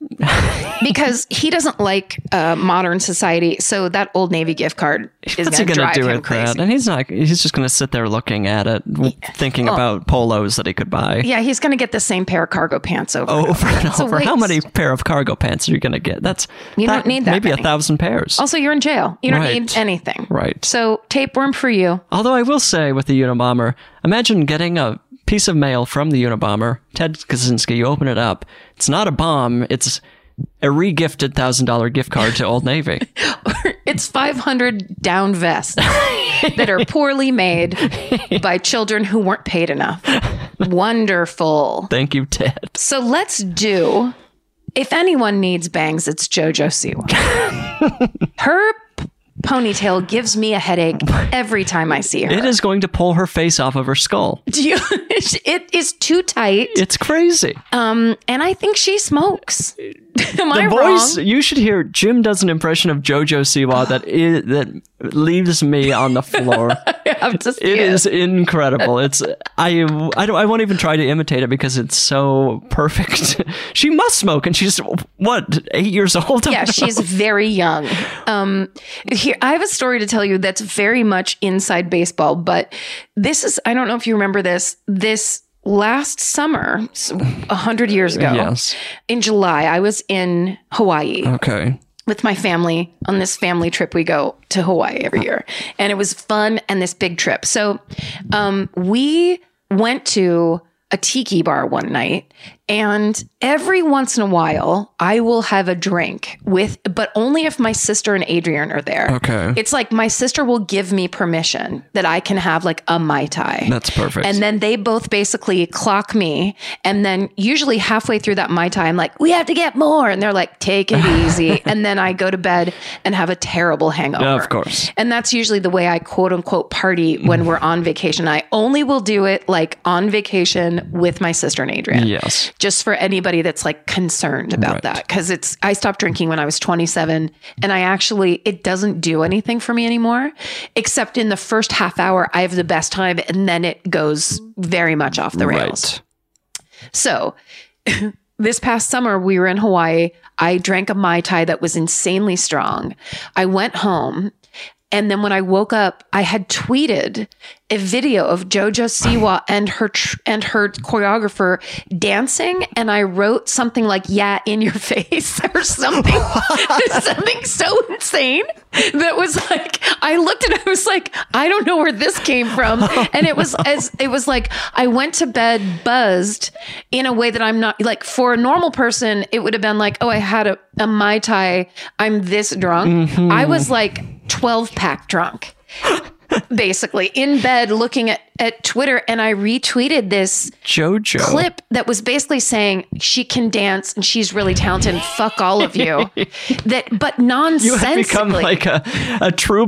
Speaker 3: because he doesn't like uh, modern society. So that old Navy gift card is
Speaker 4: What's he
Speaker 3: going to
Speaker 4: gonna
Speaker 3: drive
Speaker 4: do
Speaker 3: him
Speaker 4: with that?
Speaker 3: crazy.
Speaker 4: And he's not. He's just gonna sit there looking at it, w thinking about polos that he could buy.
Speaker 3: Yeah, he's going to get the same pair of cargo pants over. and
Speaker 4: Over and
Speaker 3: It's a
Speaker 4: over. How
Speaker 3: waste.
Speaker 4: many pair of cargo pants are you gonna get? That's
Speaker 3: You don't need that
Speaker 4: Maybe a
Speaker 3: many.
Speaker 4: thousand pairs.
Speaker 3: Also, you're in jail. You don't
Speaker 4: Right.
Speaker 3: need anything.
Speaker 4: Right.
Speaker 3: So tapeworm for you.
Speaker 4: Although I will say, with the Unabomber, imagine getting a piece of mail from the Unabomber, Ted Kaczynski. You open it up. It's not a bomb. It's a re-gifted thousand dollar gift card to Old Navy.
Speaker 3: It's 500 down vests that are poorly made by children who weren't paid enough. Wonderful.
Speaker 4: Thank you, Ted.
Speaker 3: So let's do. If anyone needs bangs, it's JoJo Siwa. Her p- ponytail gives me a headache every time I see her.
Speaker 4: It is going to pull her face off of her skull.
Speaker 3: Do you- it is too tight, um,
Speaker 4: It's crazy.
Speaker 3: and I think she smokes. Am I
Speaker 4: the
Speaker 3: wrong?
Speaker 4: voice you should hear Jim does an impression of Jojo Siwa that is that leaves me on the floor.
Speaker 3: I'm just-
Speaker 4: It
Speaker 3: yeah.
Speaker 4: is incredible. It's I I don't I won't even try to imitate it because it's so perfect. she must smoke and she's what, 8 years old?
Speaker 3: yeah, she's very young. Um, here, I have a story to tell you that's very much inside baseball, but this is, I don't know if you remember this, this last summer, s- a hundred years ago
Speaker 4: Yes.
Speaker 3: in July, I was in Hawaii
Speaker 4: Okay.
Speaker 3: with my family on this family trip. We go to Hawaii every year, and it was fun and this big trip. So, um, we went to a tiki bar one night, and every once in a while, I will have a drink with, but only if my sister and Adrian are there.
Speaker 4: Okay.
Speaker 3: It's like my sister will give me permission that I can have like a mai tai.
Speaker 4: That's perfect.
Speaker 3: And then they both basically clock me. And then usually halfway through that my time, like, we have to get more. And they're like, take it easy. and then I go to bed and have a terrible hangover.
Speaker 4: Yeah, of course. Mm.
Speaker 3: And that's usually the way I quote unquote party when we're on vacation. I only will do it like on vacation with my sister and Adrian.
Speaker 4: Yes.
Speaker 3: Just for anybody that's like concerned about
Speaker 4: Right.
Speaker 3: that. Cause it's, I stopped drinking when I was 27 and I actually, it doesn't do anything for me anymore, except in the first half hour, I have the best time and then it goes very much off the rails.
Speaker 4: Right.
Speaker 3: So this past summer, we were in Hawaii. I drank a Mai Tai that was insanely strong. I went home. And then when I woke up, I had tweeted a video of JoJo Siwa and her tr- and her choreographer dancing, and I wrote something like "Yeah, in your face" or something, something so insane that was like I looked and I was like, I don't know where this came from, and it was as it was like I went to bed buzzed in a way that I'm not like for a normal person, it would have been like, oh, I had a a mai tai, I'm this drunk. I was like twelve pack drunk basically in bed looking at, at Twitter and I retweeted this
Speaker 4: Jojo.
Speaker 3: clip that was basically saying she can dance and she's really talented. and Fuck all of you. That but
Speaker 4: You have
Speaker 3: nonsensically.
Speaker 4: become like a, a true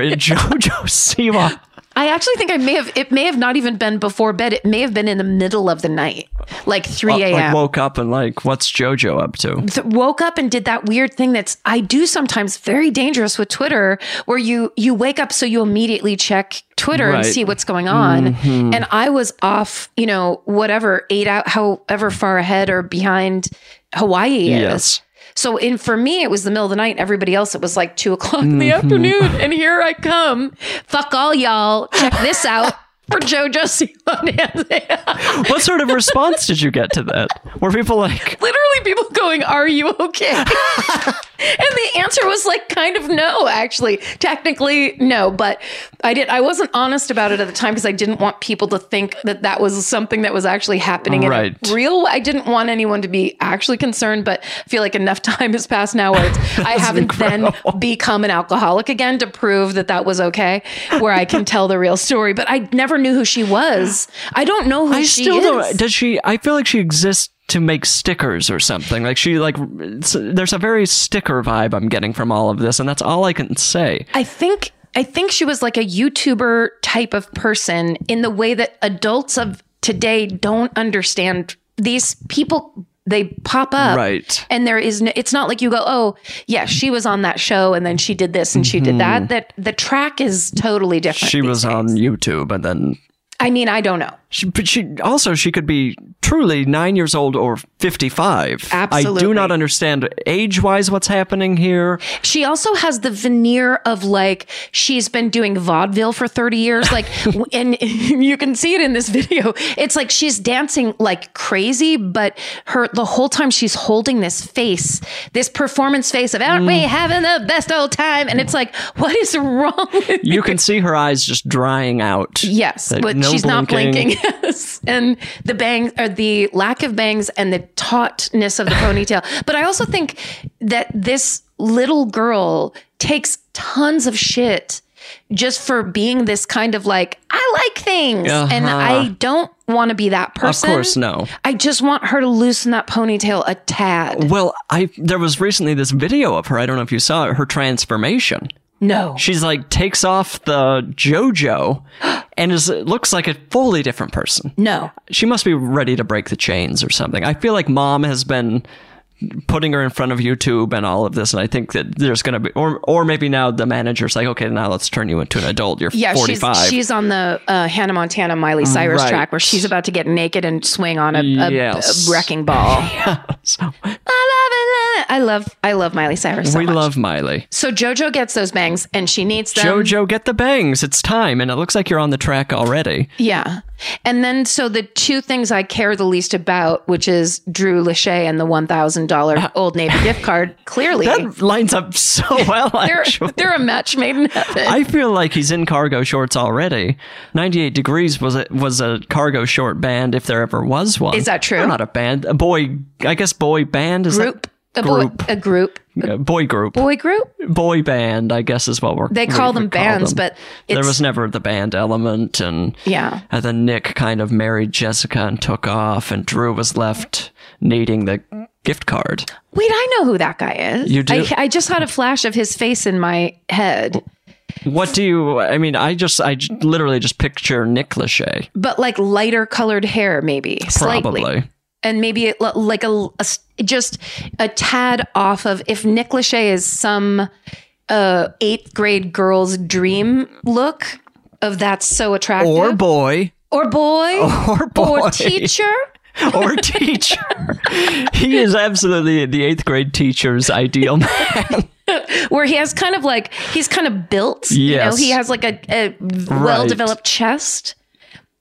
Speaker 4: in Jojo Siwa.
Speaker 3: I actually think I may have it may have not even been before bed. It may have been in the middle of the night, like three a.m.
Speaker 4: Uh, Like woke up and like, what's Jojo up to?
Speaker 3: th- woke up and did that weird thing that's I do sometimes very dangerous with Twitter where you you wake up so you immediately check Twitter and
Speaker 4: Right. Mm-hmm.
Speaker 3: see what's going on and I was off you know whatever 8 out however far ahead or behind Hawaii is
Speaker 4: Yes.
Speaker 3: so in for me it was the middle of the night everybody else it was like 2 o'clock in the
Speaker 4: Mm-hmm.
Speaker 3: afternoon and here I come fuck all y'all check this out for JoJo Siwa
Speaker 4: What sort of response did you get to that? Were people like,
Speaker 3: literally people going, Are you okay? and the answer was like kind of no, actually. Technically, no, but I did I wasn't honest about it at the time because I didn't want people to think that that was something that was actually happening in a
Speaker 4: Right.
Speaker 3: real I didn't want anyone to be actually concerned, but I feel like enough time has passed now where it's, I haven't then become an alcoholic again to prove that that was okay, where I can tell the real story. But I never knew who she was. I don't know who
Speaker 4: I
Speaker 3: she
Speaker 4: still
Speaker 3: is.
Speaker 4: don't. Does she? I feel like she exists to make stickers or something. Like she, like it's, there's a very sticker vibe I'm getting from all of this, and that's all I can say.
Speaker 3: I think I think she was like a YouTuber type of person in the way that adults of today don't understand these people they pop up
Speaker 4: Right.
Speaker 3: and there is no, it's not like you go oh yeah she was on that show and then she did this and she did that that the track is totally different
Speaker 4: Mm-hmm. She
Speaker 3: these
Speaker 4: was
Speaker 3: days.
Speaker 4: on YouTube, and then
Speaker 3: i mean i don't know
Speaker 4: She, but she also she could be truly nine years old or fifty five. I do
Speaker 3: Absolutely.
Speaker 4: not understand age wise what's happening here.
Speaker 3: She also has the veneer of like she's been doing vaudeville for 30 years. Like, w- and you can see it in this video. It's like she's dancing like crazy, but her the whole time she's holding this face, this performance face of aren't we having the best old time? And it's like, what is wrong with
Speaker 4: You can see her eyes just drying out.
Speaker 3: Yes,
Speaker 4: Like,
Speaker 3: but
Speaker 4: no
Speaker 3: she's not blinking. Yes. And the bangs or the lack of bangs and the tautness of the ponytail. But I also think that this little girl takes tons of shit just for being this kind of like, I like things. And
Speaker 4: Uh-huh.
Speaker 3: I don't want to be that
Speaker 4: Of
Speaker 3: person.
Speaker 4: course, no.
Speaker 3: I just want her to loosen that ponytail a tad.
Speaker 4: Well, I there was recently this video of her. I don't know if you saw it, her transformation.
Speaker 3: No.
Speaker 4: She's like takes off the JoJo, and is looks like a fully different person.
Speaker 3: No.
Speaker 4: she must be ready to break the chains or something. I feel like mom has been putting her in front of YouTube and all of this, and I think that there's going to be, or or maybe now the manager's like, okay, now let's turn you into an adult. You're
Speaker 3: Yeah,
Speaker 4: 45.
Speaker 3: she's she's on the uh, Hannah Montana Miley Cyrus
Speaker 4: Right.
Speaker 3: track where she's about to get naked and swing on a, a-
Speaker 4: Yes.
Speaker 3: a wrecking ball.
Speaker 4: so
Speaker 3: I love it. I love I love Miley Cyrus. So
Speaker 4: we
Speaker 3: much.
Speaker 4: love Miley.
Speaker 3: So JoJo gets those bangs and she needs them.
Speaker 4: Jojo, get the bangs. It's time, and it looks like you're on the track already.
Speaker 3: Yeah. And then so the two things I care the least about, which is Drew Lachey and the one thousand dollar old Navy gift card, clearly
Speaker 4: Uh, That lines up so well.
Speaker 3: they're
Speaker 4: Actually.
Speaker 3: they're a match made in heaven.
Speaker 4: I feel like he's in cargo shorts already. 98 Degrees was a, was a cargo short band if there ever was one.
Speaker 3: Is that true?
Speaker 4: They're not a band. A boy, I guess boy band is that-
Speaker 3: group. A boy,
Speaker 4: group.
Speaker 3: a group.
Speaker 4: Uh, boy group.
Speaker 3: Boy group?
Speaker 4: Boy band, I guess is what we're
Speaker 3: They
Speaker 4: we
Speaker 3: call
Speaker 4: would
Speaker 3: them bands,
Speaker 4: them.
Speaker 3: but
Speaker 4: there
Speaker 3: it's-
Speaker 4: was never the band element and
Speaker 3: Yeah.
Speaker 4: and then Nick kind of married Jessica and took off and Drew was left needing the gift card.
Speaker 3: Wait, I know who that guy is.
Speaker 4: You do?
Speaker 3: I, I just had a flash of his face in my head.
Speaker 4: What do you I mean, I just I j- literally just picture Nick Lachey.
Speaker 3: But like lighter colored hair, maybe. Slightly.
Speaker 4: Probably.
Speaker 3: and maybe it, lo- like a, a s- just a tad off of if Nick Lachey is some uh, eighth grade girl's dream look of that's so attractive
Speaker 4: Or boy.
Speaker 3: or boy
Speaker 4: Or boy.
Speaker 3: or teacher.
Speaker 4: or teacher. he is absolutely the eighth grade teacher's ideal man.
Speaker 3: where he has kind of like he's kind of built. You know,
Speaker 4: Yes.
Speaker 3: he has like a, a well-developed chest.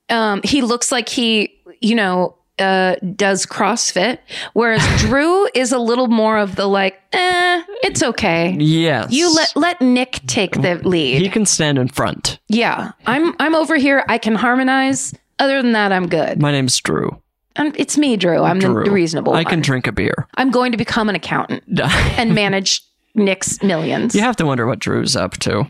Speaker 3: Um, he looks like he, you know, uh, does CrossFit, whereas Drew is a little more of the like, eh, it's okay.
Speaker 4: Yes.
Speaker 3: You let let Nick take the lead.
Speaker 4: He can stand in front.
Speaker 3: yeah, I'm I'm over here. I can harmonize. Other than that, I'm good.
Speaker 4: My name's Drew.
Speaker 3: I'm, it's me, Drew. I'm
Speaker 4: Drew.
Speaker 3: the reasonable.
Speaker 4: I can
Speaker 3: one.
Speaker 4: drink a beer.
Speaker 3: I'm going to become an accountant and manage Nick's millions.
Speaker 4: You have to wonder what Drew's up to. Uh,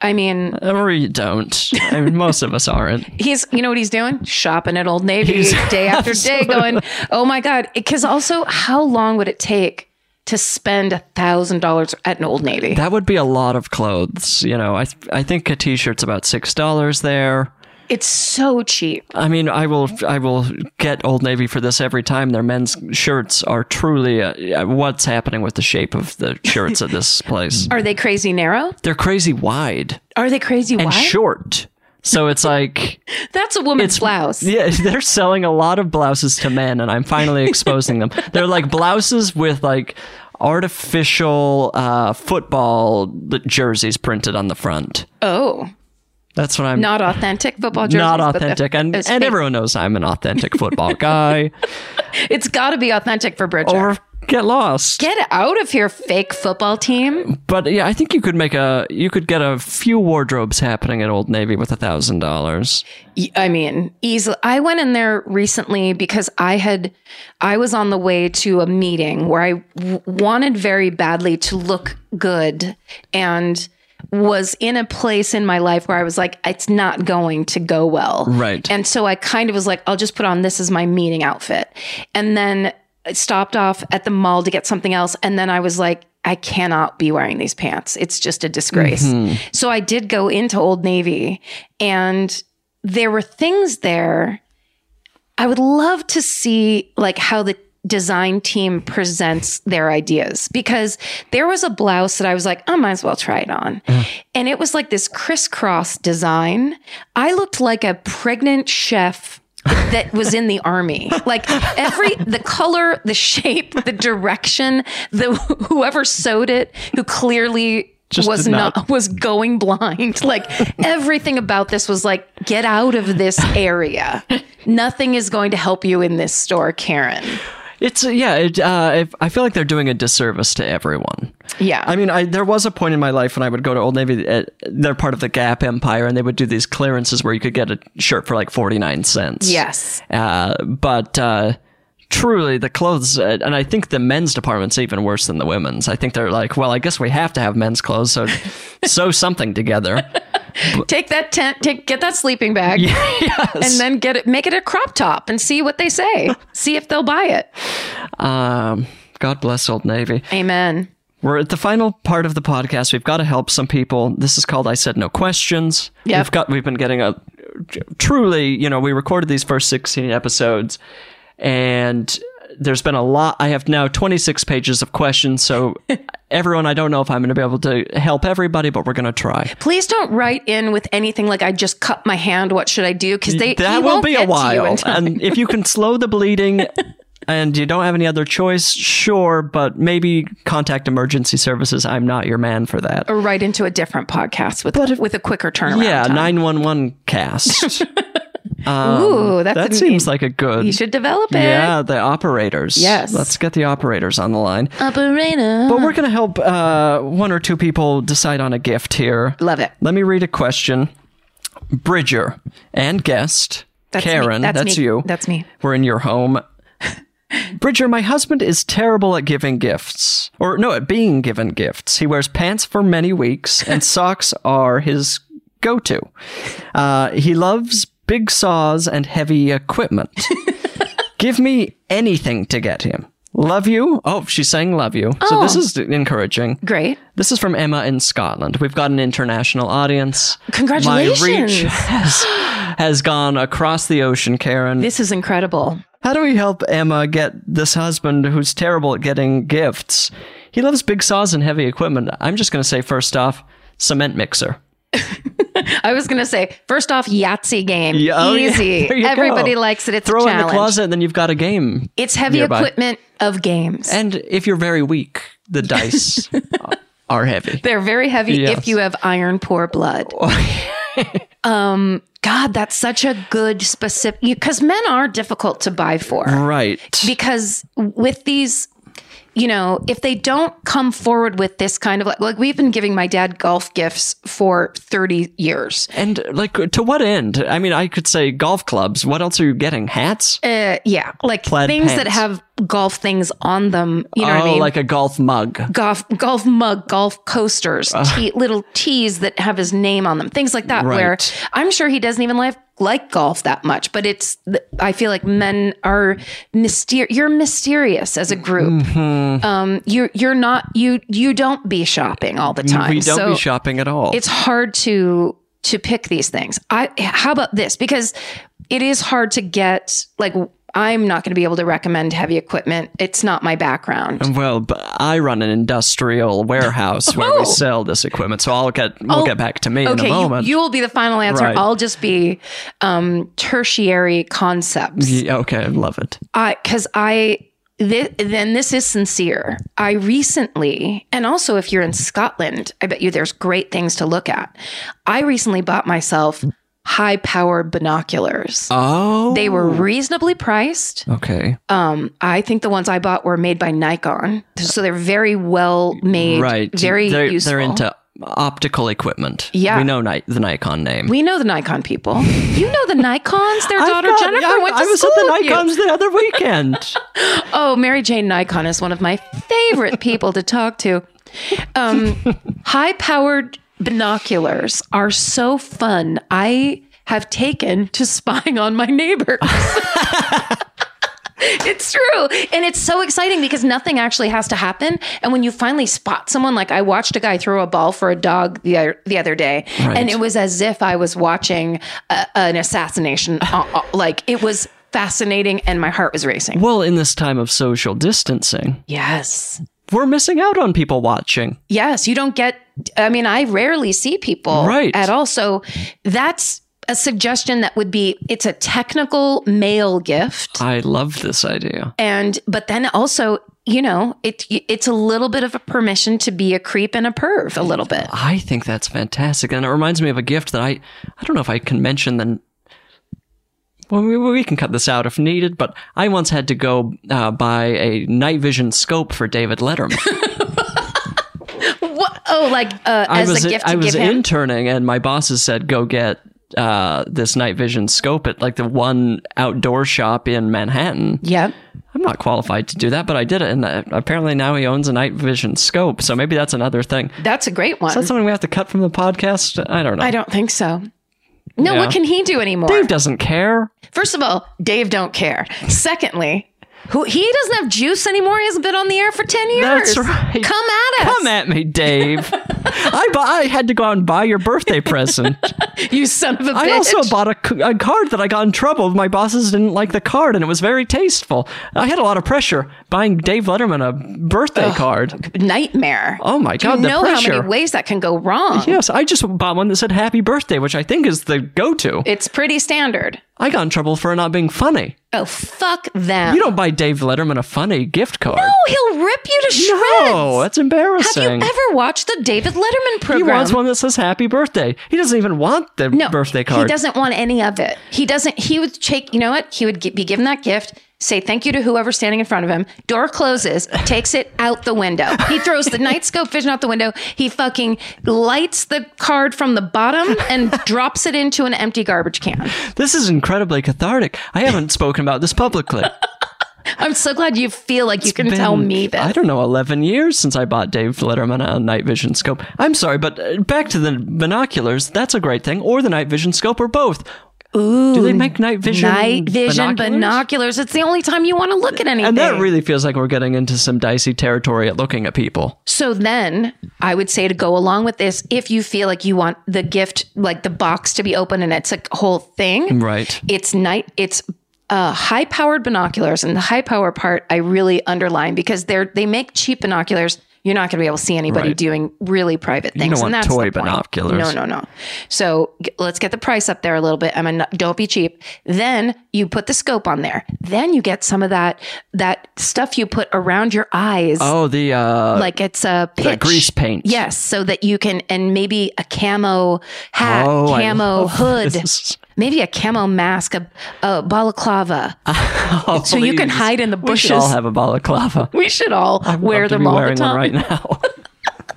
Speaker 3: I mean,
Speaker 4: Or you don't. I mean, most of us aren't.
Speaker 3: he's you know what he's doing shopping at old navy
Speaker 4: He's-
Speaker 3: day after day going oh my god because also how long would it take to spend a thousand dollars at an old navy
Speaker 4: That would be a lot of clothes. You know, I I think a t-shirt's about six dollars there.
Speaker 3: it's so cheap
Speaker 4: I mean, I will I will get Old Navy for this every time. Their men's shirts are truly uh, what's happening with the shape of the shirts at this place.
Speaker 3: are they crazy narrow
Speaker 4: They're crazy wide
Speaker 3: are they crazy
Speaker 4: and
Speaker 3: wide
Speaker 4: short. So it's like
Speaker 3: that's a woman's
Speaker 4: it's
Speaker 3: blouse
Speaker 4: Yeah, they're selling a lot of blouses to men, and I'm finally exposing them. They're like blouses with like artificial uh, football jerseys printed on the front.
Speaker 3: oh
Speaker 4: That's what I'm
Speaker 3: not authentic football jerseys
Speaker 4: not
Speaker 3: but the-
Speaker 4: authentic, and
Speaker 3: it's
Speaker 4: and
Speaker 3: fake.
Speaker 4: everyone knows I'm an authentic football guy.
Speaker 3: it's got to be authentic for Bridget.
Speaker 4: or get lost.
Speaker 3: Get out of here, fake football team.
Speaker 4: but yeah, I think you could make a you could get a few wardrobes happening at Old Navy with a thousand dollars.
Speaker 3: Y- E, I mean, easily. I went in there recently because I had, I was on the way to a meeting where I w- wanted very badly to look good and was in a place in my life where I was like, it's not going to go well.
Speaker 4: Right.
Speaker 3: And so I kind of was like, I'll just put on this as my meeting outfit. And then I stopped off at the mall to get something else. And then I was like, I cannot be wearing these pants. It's just a disgrace. So I did go into Old Navy and there were things there. I would love to see like how the design team presents their ideas because there was a blouse that I was like, I might as well try it on.
Speaker 4: Uh-huh.
Speaker 3: And it was like this crisscross design. I looked like a pregnant chef that was in the army. Like every the color, the shape, the direction, the whoever sewed it, who clearly
Speaker 4: Just
Speaker 3: was
Speaker 4: did
Speaker 3: not,
Speaker 4: not-
Speaker 3: was going blind. Like everything about this was like, get out of this area. Nothing is going to help you in this store, Karen.
Speaker 4: It's yeah, it, uh, if- I feel like they're doing a disservice to everyone.
Speaker 3: Yeah.
Speaker 4: I mean, I, there was a point in my life when I would go to Old Navy. uh they're part of the Gap Empire, and they would do these clearances where you could get a shirt for like forty nine cents.
Speaker 3: yes.
Speaker 4: Uh, but uh, truly, the clothes, uh, and I think the men's department's even worse than the women's. I think they're like, well, I guess we have to have men's clothes, so sew something together.
Speaker 3: Take that tent, take get that sleeping bag. And then get it make it a crop top and see what they say. see if they'll buy it.
Speaker 4: Um, God bless Old Navy.
Speaker 3: Amen.
Speaker 4: We're at the final part of the podcast. We've got to help some people. This is called "I Said No Questions."
Speaker 3: Yep.
Speaker 4: We've got we've been getting a truly, you know, we recorded these first sixteen episodes, and there's been a lot. I have now twenty six pages of questions. So, everyone, I don't know if I'm going to be able to help everybody, but we're going to try.
Speaker 3: Please don't write in with anything like I just cut my hand, what should I do? Because they he
Speaker 4: that will
Speaker 3: won't
Speaker 4: be
Speaker 3: get
Speaker 4: a
Speaker 3: to you in
Speaker 4: while,
Speaker 3: time.
Speaker 4: and if you can slow the bleeding. And you don't have any other choice, sure, but maybe contact emergency services. I'm not your man for that.
Speaker 3: Or right into a different podcast with with a quicker turnaround.
Speaker 4: Yeah,
Speaker 3: time.
Speaker 4: nine one one cast.
Speaker 3: Ooh, that's
Speaker 4: that
Speaker 3: a-
Speaker 4: seems like a good.
Speaker 3: you should develop it.
Speaker 4: Yeah, the operators.
Speaker 3: Yes.
Speaker 4: let's get the operators on the line.
Speaker 3: Operator.
Speaker 4: But we're gonna help uh, one or two people decide on a gift here.
Speaker 3: Love it.
Speaker 4: Let me read a question. Bridger and guest
Speaker 3: That's me.
Speaker 4: Karen,
Speaker 3: That's me.
Speaker 4: you.
Speaker 3: That's me.
Speaker 4: We're in your home. Bridger, my husband is terrible at giving gifts. Or, no, at being given gifts. He wears pants for many weeks, and socks are his go to. Uh, he loves big saws and heavy equipment. Give me anything to get him. Love you. Oh, she's saying love you. So, this is encouraging.
Speaker 3: Great.
Speaker 4: This is from Emma in Scotland. We've got an international audience.
Speaker 3: Congratulations.
Speaker 4: My reach has, has gone across the ocean, Karen.
Speaker 3: This is incredible.
Speaker 4: How do we help Emma get this husband who's terrible at getting gifts? He loves big saws and heavy equipment. I'm just going to say, first off, cement mixer.
Speaker 3: I was going to say, first off, Yahtzee game.
Speaker 4: Yeah, oh, yeah.
Speaker 3: Easy.
Speaker 4: There you go.
Speaker 3: Everybody likes it. It's
Speaker 4: Throw
Speaker 3: a
Speaker 4: it in the
Speaker 3: challenge.
Speaker 4: closet, and then you've got a game.
Speaker 3: It's heavy
Speaker 4: nearby.
Speaker 3: equipment of games.
Speaker 4: And if you're very weak, the dice
Speaker 6: are heavy.
Speaker 3: They're very heavy
Speaker 4: Yes.
Speaker 3: if you have iron poor blood. um, God, that's such a good specific because men are difficult to buy for
Speaker 4: Right.
Speaker 3: because with these. You know, if they don't come forward with this kind of like, like we've been giving my dad golf gifts for 30 years.
Speaker 4: and like to what end? I mean, I could say golf clubs. What else are you getting? Hats?
Speaker 3: Uh, yeah, like
Speaker 4: Plaid
Speaker 3: things that
Speaker 4: pants.
Speaker 3: have golf things on them. You know
Speaker 4: oh,
Speaker 3: what I mean?
Speaker 4: like a golf mug.
Speaker 3: golf golf mug, golf coasters, tea, little teas that have his name on them, things like that. Where
Speaker 4: Uh. Right.
Speaker 3: I'm sure he doesn't even like like golf that much, but it's th- I feel like men are myster You're mysterious as a group.
Speaker 4: Mm-hmm.
Speaker 3: Um, you're you're not you you don't be shopping all the time.
Speaker 4: We don't
Speaker 3: So-
Speaker 4: be shopping at all.
Speaker 3: it's hard to to pick these things. I how about this because it is hard to get like I'm not going to be able to recommend heavy equipment. It's not my background.
Speaker 4: well, but I run an industrial warehouse where we sell this equipment, so I'll get we'll
Speaker 3: Oh,
Speaker 4: get back to me in a
Speaker 3: okay, you,
Speaker 4: moment.
Speaker 3: you will be the final answer.
Speaker 4: Right.
Speaker 3: I'll just be um, tertiary concepts.
Speaker 4: Yeah, okay, I love it.
Speaker 3: I because I thi- then this is sincere. I recently, and also if you're in Scotland, I bet you there's great things to look at. I recently bought myself high power binoculars.
Speaker 4: Oh,
Speaker 3: They were reasonably priced.
Speaker 4: okay,
Speaker 3: Um, I think the ones I bought were made by Nikon, so they're very well made.
Speaker 4: right.
Speaker 3: very
Speaker 4: they're,
Speaker 3: useful.
Speaker 4: They're into optical equipment.
Speaker 3: Yeah.
Speaker 4: we know Ni- the Nikon name.
Speaker 3: We know the Nikon people. You know the Nikons. Their
Speaker 4: I've
Speaker 3: daughter
Speaker 4: got-
Speaker 3: Jennifer
Speaker 4: I,
Speaker 3: went to
Speaker 4: I was
Speaker 3: school
Speaker 4: at
Speaker 3: with
Speaker 4: the
Speaker 3: you.
Speaker 4: Nikons the other weekend.
Speaker 3: Oh, Mary Jane Nikon is one of my favorite people to talk to. Um, high powered binoculars are so fun. I have taken to spying on my neighbors. it's true. And it's so exciting because nothing actually has to happen. And when you finally spot someone, like I watched a guy throw a ball for a dog the other, the other day, and it was as if I was watching a, an assassination. Uh, uh, like it was fascinating and my heart was racing.
Speaker 4: well, in this time of social distancing,
Speaker 3: Yes.
Speaker 4: we're missing out on people watching.
Speaker 3: Yes. You don't get, I mean, I rarely see people
Speaker 4: Right.
Speaker 3: at all. So that's a suggestion that would be it's a technical male gift.
Speaker 4: I love this idea.
Speaker 3: And, but then also, you know, it it's a little bit of a permission to be a creep and a perv a little bit.
Speaker 4: I think that's fantastic, and it reminds me of a gift that I I don't know if I can mention. Then, well, we, we can cut this out if needed. But I once had to go uh, buy a night vision scope for David Letterman.
Speaker 3: What? Oh, like uh,
Speaker 4: I
Speaker 3: as
Speaker 4: was
Speaker 3: a gift
Speaker 4: I
Speaker 3: to
Speaker 4: was
Speaker 3: give him.
Speaker 4: interning, and my bosses said go get uh, this night vision scope at like the one outdoor shop in Manhattan.
Speaker 3: yep.
Speaker 4: I'm not qualified to do that, but I did it, and uh, apparently now he owns a night vision scope. So maybe that's another thing.
Speaker 3: That's a great one.
Speaker 4: Is that something we have to cut from the podcast? I don't know.
Speaker 3: I don't think so. No,
Speaker 4: Yeah.
Speaker 3: what can he do anymore?
Speaker 4: Dave doesn't care.
Speaker 3: First of all, Dave don't care. Secondly, who he doesn't have juice anymore. He hasn't been on the air for ten years.
Speaker 4: That's right.
Speaker 3: Come at us.
Speaker 4: Come at me, Dave. I, bu- I had to go out and buy your birthday present.
Speaker 3: you son of a bitch.
Speaker 4: I also bought a, c- a card that I got in trouble. My bosses didn't like the card, and it was very tasteful. I had a lot of pressure buying Dave Letterman a birthday card.
Speaker 3: nightmare.
Speaker 4: Oh my
Speaker 3: you
Speaker 4: God, the
Speaker 3: know how
Speaker 4: pressure.
Speaker 3: many ways that can go wrong.
Speaker 4: Yes, I just bought one that said "Happy Birthday," which I think is the go-to.
Speaker 3: It's pretty standard.
Speaker 4: I got in trouble for not being funny.
Speaker 3: Oh fuck them.
Speaker 4: You don't buy Dave Letterman a funny gift card.
Speaker 3: Oh, he'll rip you to shreds.
Speaker 4: no that's
Speaker 3: have you
Speaker 4: embarrassing.
Speaker 3: ever watched the David Letterman
Speaker 4: he
Speaker 3: program?
Speaker 4: wants one that says "Happy Birthday." He doesn't even want the
Speaker 3: no,
Speaker 4: birthday card.
Speaker 3: He doesn't want any of it. He doesn't. He would take. You know what? He would gi- be given that gift. Say thank you to whoever's standing in front of him. Door closes. takes it out the window. He throws the night scope vision out the window. He fucking lights the card from the bottom and drops it into an empty garbage can.
Speaker 4: This is incredibly cathartic. I haven't spoken about this publicly.
Speaker 3: I'm so glad you feel like you can
Speaker 4: Been,
Speaker 3: tell me this.
Speaker 4: I don't know, 11 years since I bought Dave Letterman a night vision scope. I'm sorry, but uh, back to the binoculars. That's a great thing. Or the night vision scope, or both. Ooh. Do they make night vision
Speaker 3: Night vision
Speaker 4: binoculars?
Speaker 3: binoculars? It's the only time you want to look at anything.
Speaker 4: And that really feels like we're getting into some dicey territory at looking at people.
Speaker 3: So then I would say to go along with this, if you feel like you want the gift, like the box to be open and it's a whole thing,
Speaker 4: Right.
Speaker 3: it's night, it's uh, high powered binoculars. And the high power part I really underline because they're, they make cheap binoculars you're not going to be able to see anybody
Speaker 4: Right.
Speaker 3: doing really private things.
Speaker 4: don't
Speaker 3: and
Speaker 4: want
Speaker 3: that's
Speaker 4: toy
Speaker 3: the point.
Speaker 4: binoculars.
Speaker 3: No, no, no. So g- let's get the price up there a little bit. I mean, don't be cheap. Then you put the scope on there. Then you get some of that that stuff you put around your eyes,
Speaker 4: Oh, the uh,
Speaker 3: like it's a pitch.
Speaker 4: the grease paint.
Speaker 3: Yes, so that you can, and maybe a camo hat,
Speaker 4: Oh, I
Speaker 3: camo
Speaker 4: love
Speaker 3: hood,
Speaker 4: this.
Speaker 3: maybe a camo mask, a, a balaclava.
Speaker 4: Oh,
Speaker 3: so you can
Speaker 4: please.
Speaker 3: hide in the
Speaker 4: We
Speaker 3: bushes.
Speaker 4: should all have a balaclava.
Speaker 3: We should all
Speaker 4: I'd love
Speaker 3: wear
Speaker 4: to
Speaker 3: them
Speaker 4: be
Speaker 3: all the
Speaker 4: wearing one
Speaker 3: time.
Speaker 4: right now.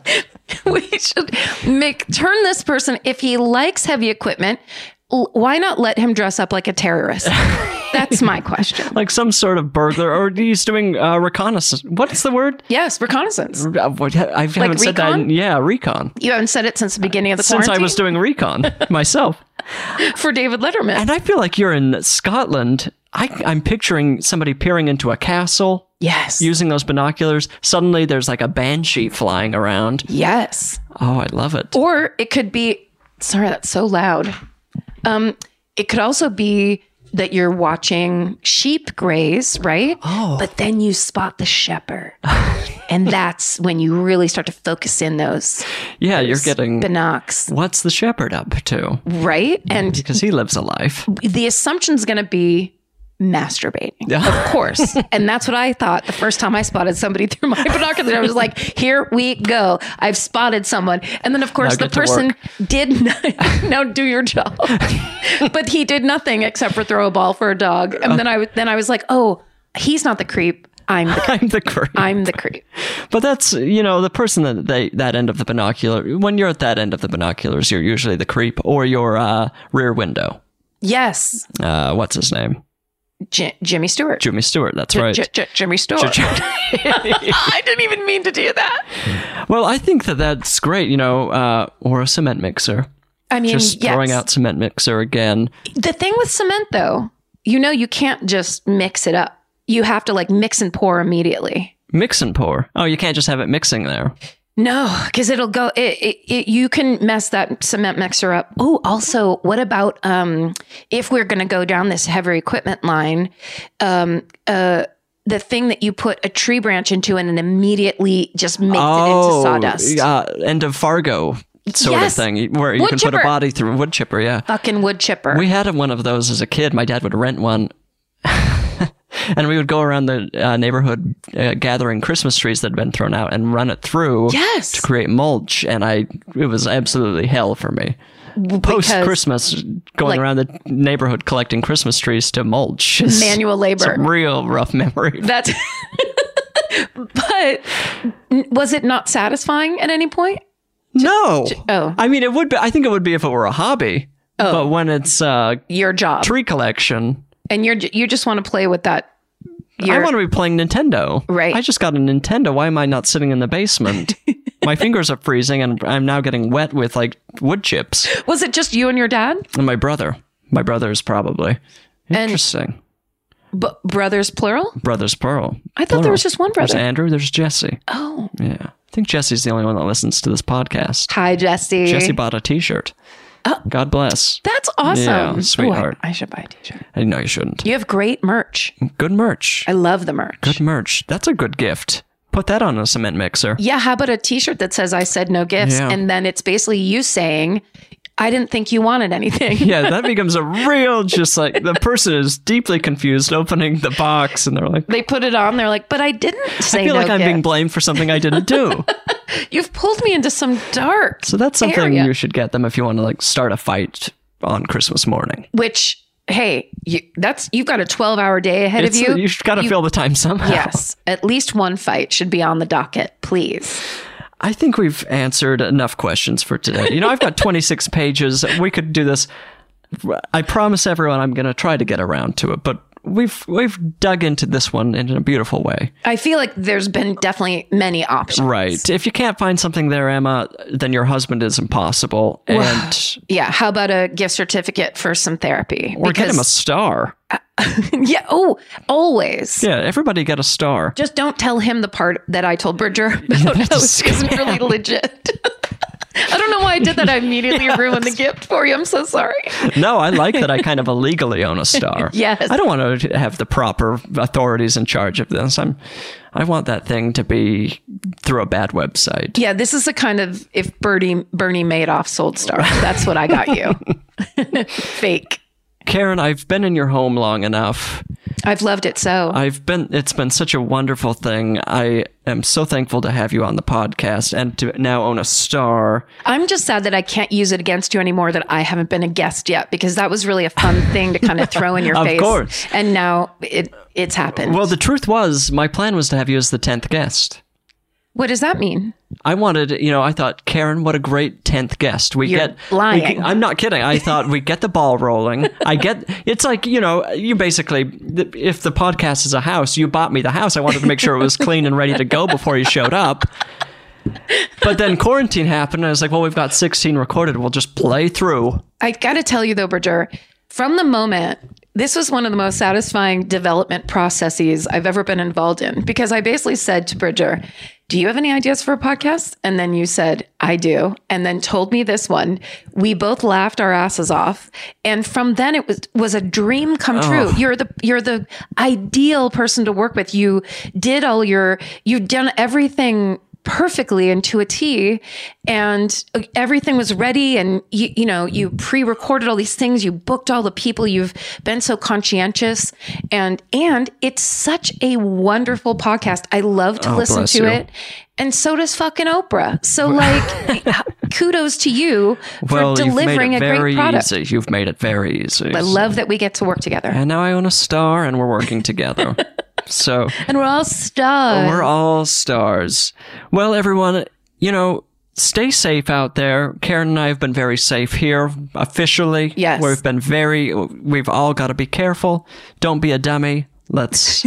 Speaker 3: we should make turn this person if he likes heavy equipment. l- Why not let him dress up like a terrorist? That's my question.
Speaker 4: like some sort of burglar, or he's doing uh, reconnaissance. What's the word?
Speaker 3: Yes, reconnaissance.
Speaker 4: Uh, what- I haven't said that. in-
Speaker 3: recon?
Speaker 4: yeah, recon.
Speaker 3: You haven't said it since the beginning of the
Speaker 4: Since I
Speaker 3: quarantine
Speaker 4: was doing recon myself,
Speaker 3: for David Letterman.
Speaker 4: and I feel like you're in Scotland. I, I'm picturing somebody peering into a castle
Speaker 3: yes.
Speaker 4: using those binoculars. Suddenly, there's like a banshee flying around.
Speaker 3: yes.
Speaker 4: Oh, I love it.
Speaker 3: Or it could be sorry, that's so loud. Um, it could also be that you're watching sheep graze, right? Oh. But then you spot the shepherd. and that's when you really start to focus in those
Speaker 4: Yeah, you're getting.
Speaker 3: binocs,
Speaker 4: What's the shepherd up to?
Speaker 3: right? And
Speaker 4: Because he lives a life.
Speaker 3: the assumption's going to be masturbating, of course. and that's what I thought the first time I spotted somebody through my binoculars. I was like, here we go. I've spotted someone. And then, of course, the
Speaker 4: Now get to
Speaker 3: person
Speaker 4: work.
Speaker 3: did not, now do your job. but he did nothing except for throw a ball for a dog. And then I, w- then I was like, oh, he's not the creep. I'm the creep.
Speaker 4: I'm the creep.
Speaker 3: I'm the creep.
Speaker 4: But that's you know the person that they that end of the binocular. When you're at that end of the binoculars, you're usually the creep or your uh, rear window.
Speaker 3: Yes,
Speaker 4: Uh, what's his name?
Speaker 3: J- Jimmy Stewart.
Speaker 4: Jimmy Stewart. That's right.
Speaker 3: J- J- Jimmy Stewart. I didn't even mean to do that.
Speaker 4: well, I think that that's great. You know, uh, or a cement mixer.
Speaker 3: I mean,
Speaker 4: Just
Speaker 3: Mm, yes.
Speaker 4: throwing out cement mixer again.
Speaker 3: The thing with cement, though, you know, you can't just mix it up. You have to like mix and pour immediately.
Speaker 4: Mix and pour. Oh, you can't just have it mixing there.
Speaker 3: No, because it'll go. It, it, it, you can mess that cement mixer up. Oh, also, what about um, if we're going to go down this heavy equipment line? Um, uh, the thing that you put a tree branch into and then immediately just makes
Speaker 4: oh,
Speaker 3: it into sawdust.
Speaker 4: Uh, end of Fargo sort
Speaker 3: Yes.
Speaker 4: of thing, where you
Speaker 3: Wood
Speaker 4: can put
Speaker 3: chipper.
Speaker 4: a body through a wood chipper. Yeah.
Speaker 3: Fucking wood chipper.
Speaker 4: We had one of those as a kid. My dad would rent one. and we would go around the uh, neighborhood uh, gathering Christmas trees that had been thrown out and run it through
Speaker 3: Yes.
Speaker 4: to create mulch. And I, it was absolutely hell for me. Post Christmas, going
Speaker 3: like-
Speaker 4: around the neighborhood collecting Christmas trees to mulch. is-
Speaker 3: manual
Speaker 4: It's a
Speaker 3: labor.
Speaker 4: real rough memory.
Speaker 3: That's. but n- was it not satisfying at any point?
Speaker 4: no.
Speaker 3: oh.
Speaker 4: I mean, it would be, I think it would be if it were a hobby. But when it's uh,
Speaker 3: Your job.
Speaker 4: tree collection,
Speaker 3: and you're you just want to play with that.
Speaker 4: I
Speaker 3: Your-
Speaker 4: want to be playing Nintendo.
Speaker 3: Right.
Speaker 4: I just got a Nintendo. Why am I not sitting in the basement? My fingers are freezing and I'm now getting wet with like wood chips.
Speaker 3: Was it just you and your dad?
Speaker 4: And my brother. My brother's probably.
Speaker 3: And-
Speaker 4: Interesting.
Speaker 3: B- brothers plural?
Speaker 4: Brothers plural.
Speaker 3: I thought there was just one
Speaker 4: There's
Speaker 3: brother.
Speaker 4: Andrew, there's Jesse.
Speaker 3: Oh,
Speaker 4: Yeah. I think Jesse's the only one that listens to this podcast.
Speaker 3: hi Jesse.
Speaker 4: Jesse bought a t shirt.
Speaker 3: Oh.
Speaker 4: God bless.
Speaker 3: That's awesome,
Speaker 4: Yeah,
Speaker 3: Ooh, I-
Speaker 4: sweetheart.
Speaker 3: I, should buy a t-shirt.
Speaker 4: I know you shouldn't.
Speaker 3: You have great merch.
Speaker 4: Good merch.
Speaker 3: I love the merch.
Speaker 4: Good merch. That's a good gift. Put that on a cement mixer.
Speaker 3: Yeah, how about a t-shirt that says "I said no gifts,"
Speaker 4: Yeah.
Speaker 3: and then it's basically you saying, "I didn't think you wanted anything."
Speaker 4: yeah, that becomes a real just like the person is deeply confused opening the box and they're like,
Speaker 3: They put it on. They're like, "But I didn't say
Speaker 4: I feel
Speaker 3: no
Speaker 4: like I'm
Speaker 3: gift.
Speaker 4: being blamed for something I didn't do.
Speaker 3: You've pulled me into some dark."
Speaker 4: so that's something
Speaker 3: area.
Speaker 4: you should get them if you want to like start a fight on Christmas morning.
Speaker 3: Which, hey, you, that's you've got a 12-hour day ahead
Speaker 4: It's,
Speaker 3: of you.
Speaker 4: you've got to fill the time somehow.
Speaker 3: Yes, at least one fight should be on the docket, please.
Speaker 4: I think we've answered enough questions for today. You know, I've got 26 pages. We could do this. I promise everyone I'm going to try to get around to it, but we've we've dug into this one in a beautiful way.
Speaker 3: I feel like there's been definitely many options.
Speaker 4: Right. If you can't find something there, Emma, then your husband is impossible. And
Speaker 3: Yeah, how about a gift certificate for some therapy?
Speaker 4: or get him a star.
Speaker 3: yeah, oh, always.
Speaker 4: Yeah, everybody get a star.
Speaker 3: Just don't tell him the part that I told Bridger about how it
Speaker 4: just-
Speaker 3: isn't really legit. I don't know why I did that. I immediately ruined the gift for you. I'm so sorry.
Speaker 4: No, I like that I kind of illegally own a star.
Speaker 3: Yes.
Speaker 4: I don't want to have the proper authorities in charge of this. I'm I want that thing to be through a bad website.
Speaker 3: Yeah, this is the kind of if Bernie Bernie Madoff sold star. That's what I got you. Fake.
Speaker 4: Karen, I've been in your home long enough.
Speaker 3: I've loved it so.
Speaker 4: I've been it's been such a wonderful thing. I am so thankful to have you on the podcast and to now own a star.
Speaker 3: I'm just sad that I can't use it against you anymore that I haven't been a guest yet because that was really a fun thing to kind of throw in your
Speaker 4: Of
Speaker 3: face.
Speaker 4: course.
Speaker 3: And now it it's happened.
Speaker 4: Well, the truth was my plan was to have you as the 10th guest.
Speaker 3: what does that mean?
Speaker 4: I wanted, you know, I thought, Karen, what a great tenth guest. We
Speaker 3: You're
Speaker 4: get we
Speaker 3: lying.
Speaker 4: get- I'm not kidding. I thought we get the ball rolling. I get. It's like you know, you basically, if the podcast is a house, you bought me the house. I wanted to make sure it was clean and ready to go before you showed up. But then quarantine happened, and I was like, well, we've got 16 recorded. We'll just play through.
Speaker 3: I got to tell you though, Bridger, from the moment, this was one of the most satisfying development processes I've ever been involved in because I basically said to Bridger, Do you have any ideas for a podcast? And then you said, I do. And then told me this one. We both laughed our asses off. And from then it was was a dream come true. You're the you're the ideal person to work with. You did all your you've done everything perfectly and to a T and uh, everything was ready and you, you know you pre-recorded all these things you booked all the people you've been so conscientious and and it's such a wonderful podcast I love to listen
Speaker 4: Oh, bless
Speaker 3: to
Speaker 4: you.
Speaker 3: it and so does fucking Oprah so like kudos to you for
Speaker 4: well,
Speaker 3: delivering a
Speaker 4: you've made it very
Speaker 3: great product
Speaker 4: easy. You've made it very easy.
Speaker 3: I love that we get to work together
Speaker 4: and now I own a star, and we're working together. so
Speaker 3: and we're all stuck
Speaker 4: We're all stars. Well, everyone, you know, stay safe out there. Karen and I have been very safe here officially.
Speaker 3: Yes.
Speaker 4: We've been very, we've all got to be careful. Don't be a dummy. Let's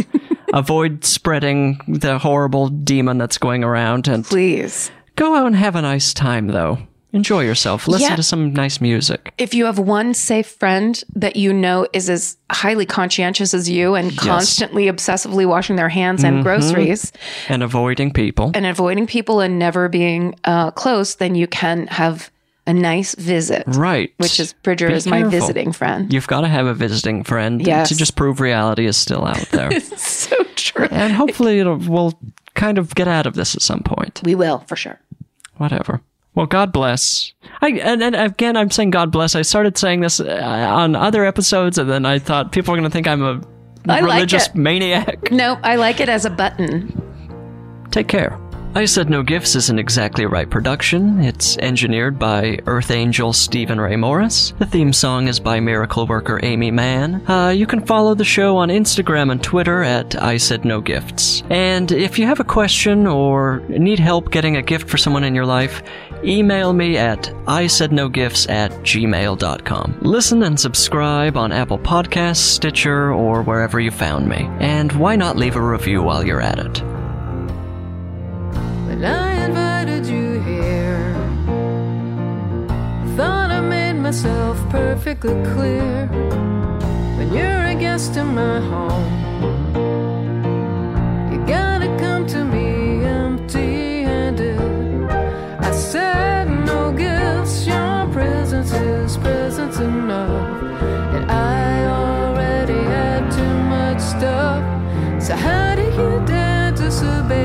Speaker 4: avoid spreading the horrible demon that's going around and
Speaker 3: please
Speaker 4: go out and have a nice time, though. Enjoy yourself. Listen
Speaker 3: Yeah.
Speaker 4: to some nice music.
Speaker 3: if you have one safe friend that you know is as highly conscientious as you and constantly obsessively washing their hands
Speaker 4: Mm-hmm.
Speaker 3: and groceries
Speaker 4: And avoiding people.
Speaker 3: and avoiding people and never being uh, close, then you can have a nice visit.
Speaker 4: right.
Speaker 3: Which is Bridger
Speaker 4: Be
Speaker 3: is my
Speaker 4: careful.
Speaker 3: visiting friend.
Speaker 4: You've got to have a visiting friend
Speaker 3: Yes.
Speaker 4: to just prove reality is still out there.
Speaker 3: So true.
Speaker 4: and hopefully it'll, we'll kind of get out of this at some point.
Speaker 3: We will for sure.
Speaker 4: Whatever. Well, God bless. I and, and again, I'm saying God bless. I started saying this uh, on other episodes, and then I thought people are going to think I'm a
Speaker 3: I like
Speaker 4: religious
Speaker 3: it.
Speaker 4: maniac.
Speaker 3: No, I like it as a button.
Speaker 4: Take care. I Said No Gifts is an exactly right production. It's engineered by Earth Angel Stephen Ray Morris. The theme song is by miracle worker Amy Mann. Uh, you can follow the show on Instagram and Twitter at I Said No Gifts. And if you have a question or need help getting a gift for someone in your life, email me at I Said No Gifts at gmail.com. Listen and subscribe on Apple Podcasts, Stitcher, or wherever you found me. And why not leave a review while you're at it?
Speaker 1: When I invited you here, I thought I made myself perfectly clear. When you're a guest in my home, you gotta come to me empty handed. I said no gifts, your presence is presence enough. And I already had too much stuff. So how do you dare disobey?